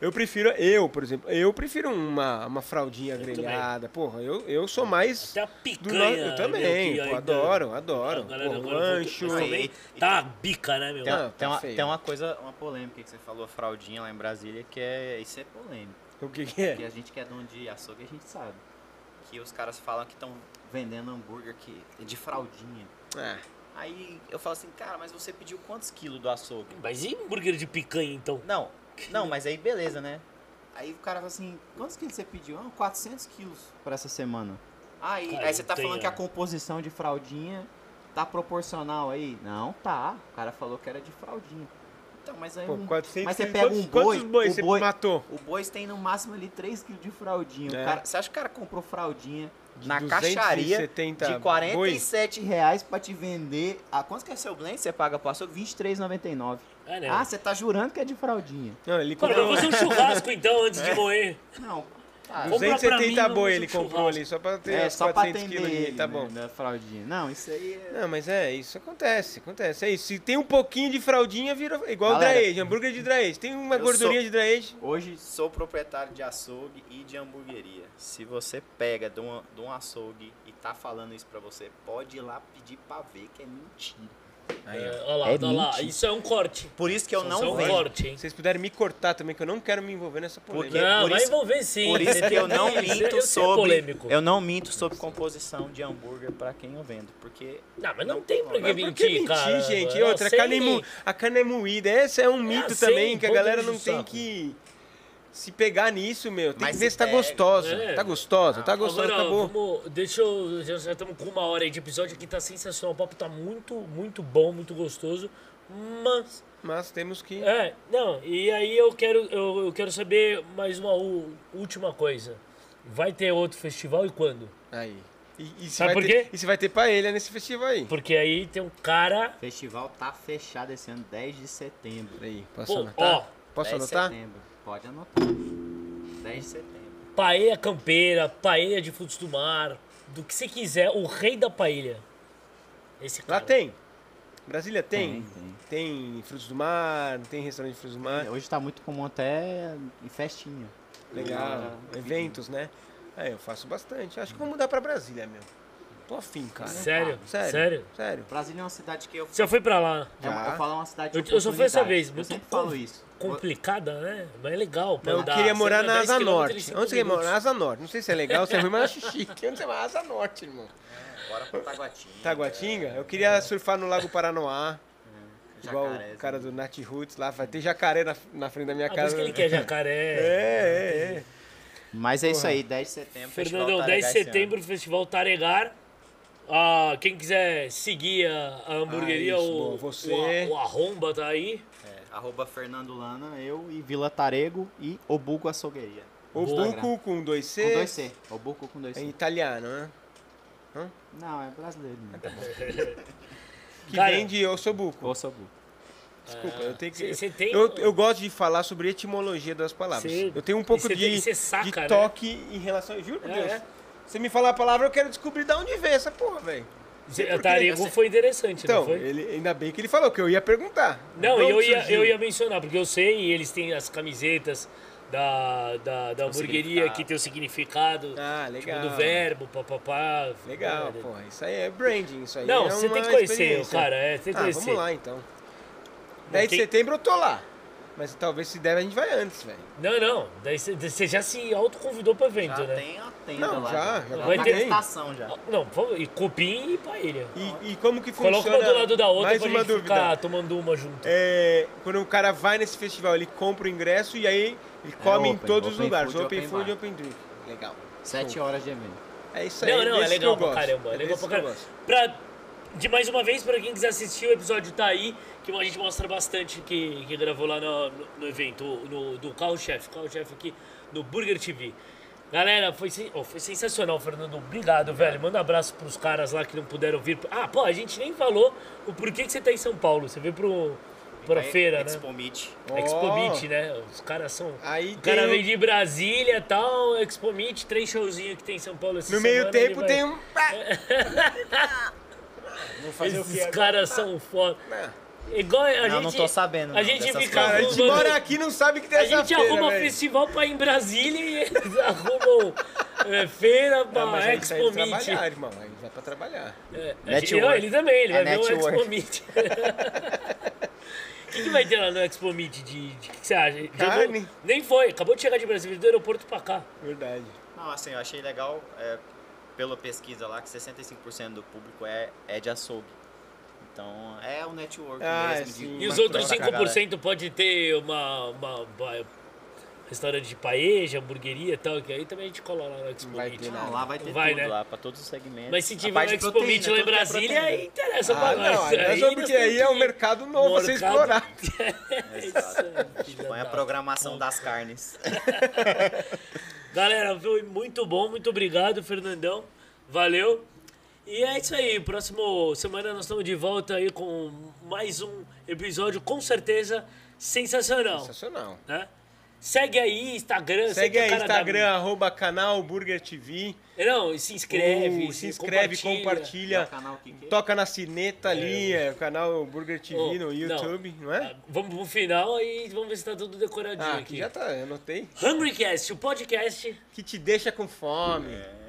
Eu prefiro, eu, por exemplo, eu prefiro uma, uma fraldinha
também.
grelhada. Porra, eu, eu sou mais.
Até a
do
picanha.
no- eu também,
meu, que ainda-
pô, adoro,
A
adoro.
galera
Porra, um
agora voltou-
ancho.
mas também Tá uma bica, né, meu?
Tem,
Não,
uma-
tá
tem uma,
feio.
tem uma coisa, uma polêmica que você falou, fraldinha lá em Brasília, que é. Isso é polêmico.
O que, que é?
Porque a gente que é dono de açougue, a gente sabe. que os caras falam que estão vendendo hambúrguer que é de fraldinha.
Ah,
Aí eu falo assim, cara, mas você pediu quantos quilos do açougue?
Mas e hambúrguer de picanha, então?
Não, não, mas aí beleza, né? Aí o cara fala assim, quantos quilos você pediu? Ah, 400 quilos para essa semana. Aí,
Cara,
aí você
não
tá
tem,
falando que a
né?
composição de fraldinha tá proporcional aí? Não, tá. O cara falou que era de fraldinha. Então, mas aí
pô,
um-
400
Mas você
quilos.
pega
Quantos-
um boi,
Quantos bois
o
você
boi-
matou?
o boi tem no máximo ali 3 quilos de fraldinha. O
É.
cara- você acha que o cara comprou fraldinha
De
na caixaria
270
de 47 reais pra te vender? Ah, quanto que é seu blend? Você paga pro açougue? 23,99.
Ah, né?
Ah, você tá jurando que é de fraldinha.
Não, ele
Cara,
comprou
vou fazer um churrasco então antes
É.
de morrer.
Não.
Compra pra mim,
270
vamos
boi,
fazer
ele
um
comprou
churrasco.
ali, só pra ter
É,
os
só pra
400
atender
quilos
ele,
ali, tá
né,
bom.
da fraldinha. Não, isso aí é...
Não, mas é, isso acontece, acontece. É isso. Se tem um pouquinho de fraldinha, vira igual o
Galera,
dry age, hambúrguer de dry age. Tem uma
eu
gordurinha de
sou-
dry age.
Hoje sou proprietário de açougue e de hamburgueria. Se você pega de um, de um açougue e tá falando isso pra você, pode ir lá pedir pra ver que é mentira.
É, olha lá,
É
olha lá.
mentira.
Isso é um corte.
Por isso que eu
Isso é
não
um
vendo.
corte, hein?
Se vocês puderem me cortar também, que eu não quero me envolver nessa polêmica.
Não,
por
vai
isso-
envolver sim.
Por isso que eu não
Isso é- isso
minto
é
sobre.
polêmico.
Eu não minto sobre composição de hambúrguer pra quem eu vendo. Porque.
Não, mas não tem pra que
Mas
mentir,
por que mentir,
cara.
gente? E
Eu
outra, a
sei.
carne, é mo- a carne é moída. Esse é um mito
sei,
também, que a
ponto
galera
de
não tem
saco.
que se pegar nisso, meu. Tem
Mas
que ver
se
se tá
pega.
gostosa.
É.
Tá gostosa, tá gostosa,
Agora,
acabou.
vamos- deixa eu. Já já estamos com uma hora aí de episódio aqui, tá sensacional. O papo tá muito, muito bom, muito gostoso. Mas.
Mas temos que.
É, não, e aí eu quero, eu, eu quero saber mais uma u- última coisa. Vai ter outro festival e quando?
Aí. E, e se
Sabe
vai
por quê?
Ter, e se vai ter paella nesse festival aí.
Porque aí tem um cara.
O festival tá fechado esse ano, 10 de setembro.
Peraí, posso
Pô,
anotar?
ó, né?
posso
10 de
anotar?
setembro. Pode anotar. 10 de setembro.
paella campeira, paella de frutos do mar, do que você quiser, o rei da paella. Esse cara.
Lá tem. Brasília tem.
Tem, tem.
Tem frutos do mar, tem restaurante de frutos do mar.
Hoje tá muito comum até em festinha.
Legal. Eventos, né? É, eu faço bastante. Acho que vou mudar pra Brasília, meu. Tô afim, cara.
Sério?
Sério.
Sério?
Sério.
Brasília é uma cidade que eu.
Você foi pra lá.
É uma,
Já.
eu falo é uma cidade de
Eu- eu só fui essa
oportunidade.
vez,
Eu
muito
sempre
bom.
falo isso.
Complicada, né? Mas é legal. pra
Não, eu
andar.
queria
Você
morar
anda
na
10
Asa
quilômetros em
Norte.
cinco
Onde você quer morar? Na
minutos.
Asa Norte. Não sei se é legal, se é ruim, mas eu acho chique. Onde você vai? Asa Norte, irmão.
Bora pra Taguatinga.
Taguatinga? É. Eu queria surfar no Lago Paranoá. Igual
Jacarés,
o cara
né?
do Nat Roots lá. Vai ter jacaré na, na frente da minha
Ah, por
casa.
isso que ele quer
É,
jacaré.
é, é.
Mas é isso aí, 10 de setembro. festival
Fernandão,
tá
10 de
legal esse
setembro, Festival Taregar. Ah, quem quiser seguir a, a hamburgueria,
Ah, isso,
o,
boa. Você-
o, a- o Arromba tá aí.
ano. É, arroba Fernando Lana, eu e Vila Tarego e Obuco Açougueria.
O
Boa.
Buco com dois
Com
C.
dois C. Obuco com dois
É
C.
italiano, né?
Não, é brasileiro. Né?
Que
Cara,
vende ossobuco.
Ouça Obuco.
Desculpa, eu tenho que.
Cê- cê tem- um-
eu, eu gosto de falar sobre a etimologia das palavras.
Cê-
Eu tenho um
e
pouco
cê tem-
de,
cê saca,
de
né?
toque em relação. eu Juro por
É,
Deus.
é.
Você me falar a palavra, eu quero descobrir de onde veio essa porra, velho.
Cê- A Tarego foi interessante, não
Então,
foi?
ele, ainda bem que ele falou que eu ia perguntar.
Não,
De
eu
onde
ia,
surgiu?
eu ia mencionar, porque eu sei, eles têm as camisetas da, da, da hamburgueria
significado.
que tem o significado
um Ah,
tipo,
legal.
do verbo, papapá.
Legal, porra. Isso aí é branding, isso aí.
Não,
é
você tem
uma
que conhecer,
experiência.
cara. É, tem que
ah,
conhecer.
vamos lá então. 10 de
quem-
setembro eu tô lá. Mas talvez se der, a gente vai antes, velho.
Não, não. Daí você já se autoconvidou pro evento,
Já
né?
tem a tenda
Não,
lá.
já, já
Vai
tá
ter-
na estação já.
Não, por favor, e cupim e paella.
E, e como que funciona?
Coloca uma do lado da outra
Mais
pra
uma
gente
dúvida.
ficar tomando uma junto.
É, quando o cara vai nesse festival, ele compra o ingresso e aí ele come em
open,
todos os
open
lugares.
food,
É, open
open
food,
bar.
open drink. Legal.
7 horas de evento.
É isso aí.
Não, não, é
desse que
legal
eu
pra
gosto.
caramba. É
É
legal pra
desse que eu
caramba.
gosto.
Pra, de mais uma vez, pra quem quiser assistir, o episódio tá aí, que a gente mostra bastante que, que gravou lá no, no- no evento no, do Carro-Chefe. Carro-Chefe aqui no Burger TV. Galera, foi, sen- oh, foi sensacional, Fernando. Obrigado,
É.
velho. Manda um abraço pros caras lá que não puderam vir. Ah, pô, a gente nem falou o porquê que você tá em São Paulo. Você veio pro, pra
Vai-
feira, né?
É, Expo Meet.
Ó.
Expo Meet, né? Os caras são.
Aí
o cara
tem um- o-
vem de Brasília e tal, Expo Meet, três showzinhos que tem em São Paulo essa
No
semana,
meio tempo
ele vai-
tem um. Vou fazer o quê?
Esses
agora?
caras são foda. Igual a gente.
Não, não tô sabendo,
A
não,
gente
dessas
fica
Cara, a gente
arrumando-
mora aqui e não sabe que tem
A
essa
gente
feira,
arruma
velho.
festival pra ir em Brasília e eles arrumam é, feira pra
Ah, mas a gente
Expo
vai pra
Meet.
trabalhar, irmão. A gente vai pra trabalhar.
É, a
Network.
gente- ó, ele também, ele vai
É
ver o
network.
Expo Meet. O que, que vai ter lá no Expo Meet de, de, que, que você acha? Já não-
Carne.
nem foi, acabou de chegar de Brasília, do aeroporto pra cá.
Verdade.
Não, assim, eu achei legal é, pela pesquisa lá, que 65% do público é, é de açougue. Então, é o network
Ah,
mesmo.
é
de-
sim.
E os
Uma
outros
pra caralho.
5% pode ter uma, uma, uma- restaurante de paeja, hamburgueria e tal, que aí também a gente cola lá no Expo
Vai
Meet.
ter,
Não, lá vai ter
Vai,
tudo,
né?
lá, pra todos os segmentos.
Mas se
A
tiver
parte
no
de
Expo
proteína,
Meet
tudo
lá em
que é
Brasília,
proteína.
aí interessa
Ah,
pra nós.
não, aí nós vamos-
nós
porque aí é um
temos que-
mercado novo a ser
Mercado. É
explorado.
Isso aí,
Põe a
filha da-
programação das carnes.
Galera, foi muito bom, muito obrigado, Fernandão. Valeu. E é isso aí. Próximo semana nós estamos de volta aí com mais um episódio, com certeza, sensacional.
Sensacional.
né? Segue aí, Instagram,
Segue
é o
aí,
cara da-
Instagram, arroba canal Burger TV.
Não, e se inscreve,
Ou se inscreve, compartilha.
É o canal que- que-
Toca na sineta ali, é o canal Burger TV
Ô,
no YouTube, não, é?
Ah, Vamos pro final e vamos ver se tá tudo decoradinho
Ah, aqui
aqui.
já tá, eu anotei.
Hungrycast, o podcast
Que te deixa com fome.
É,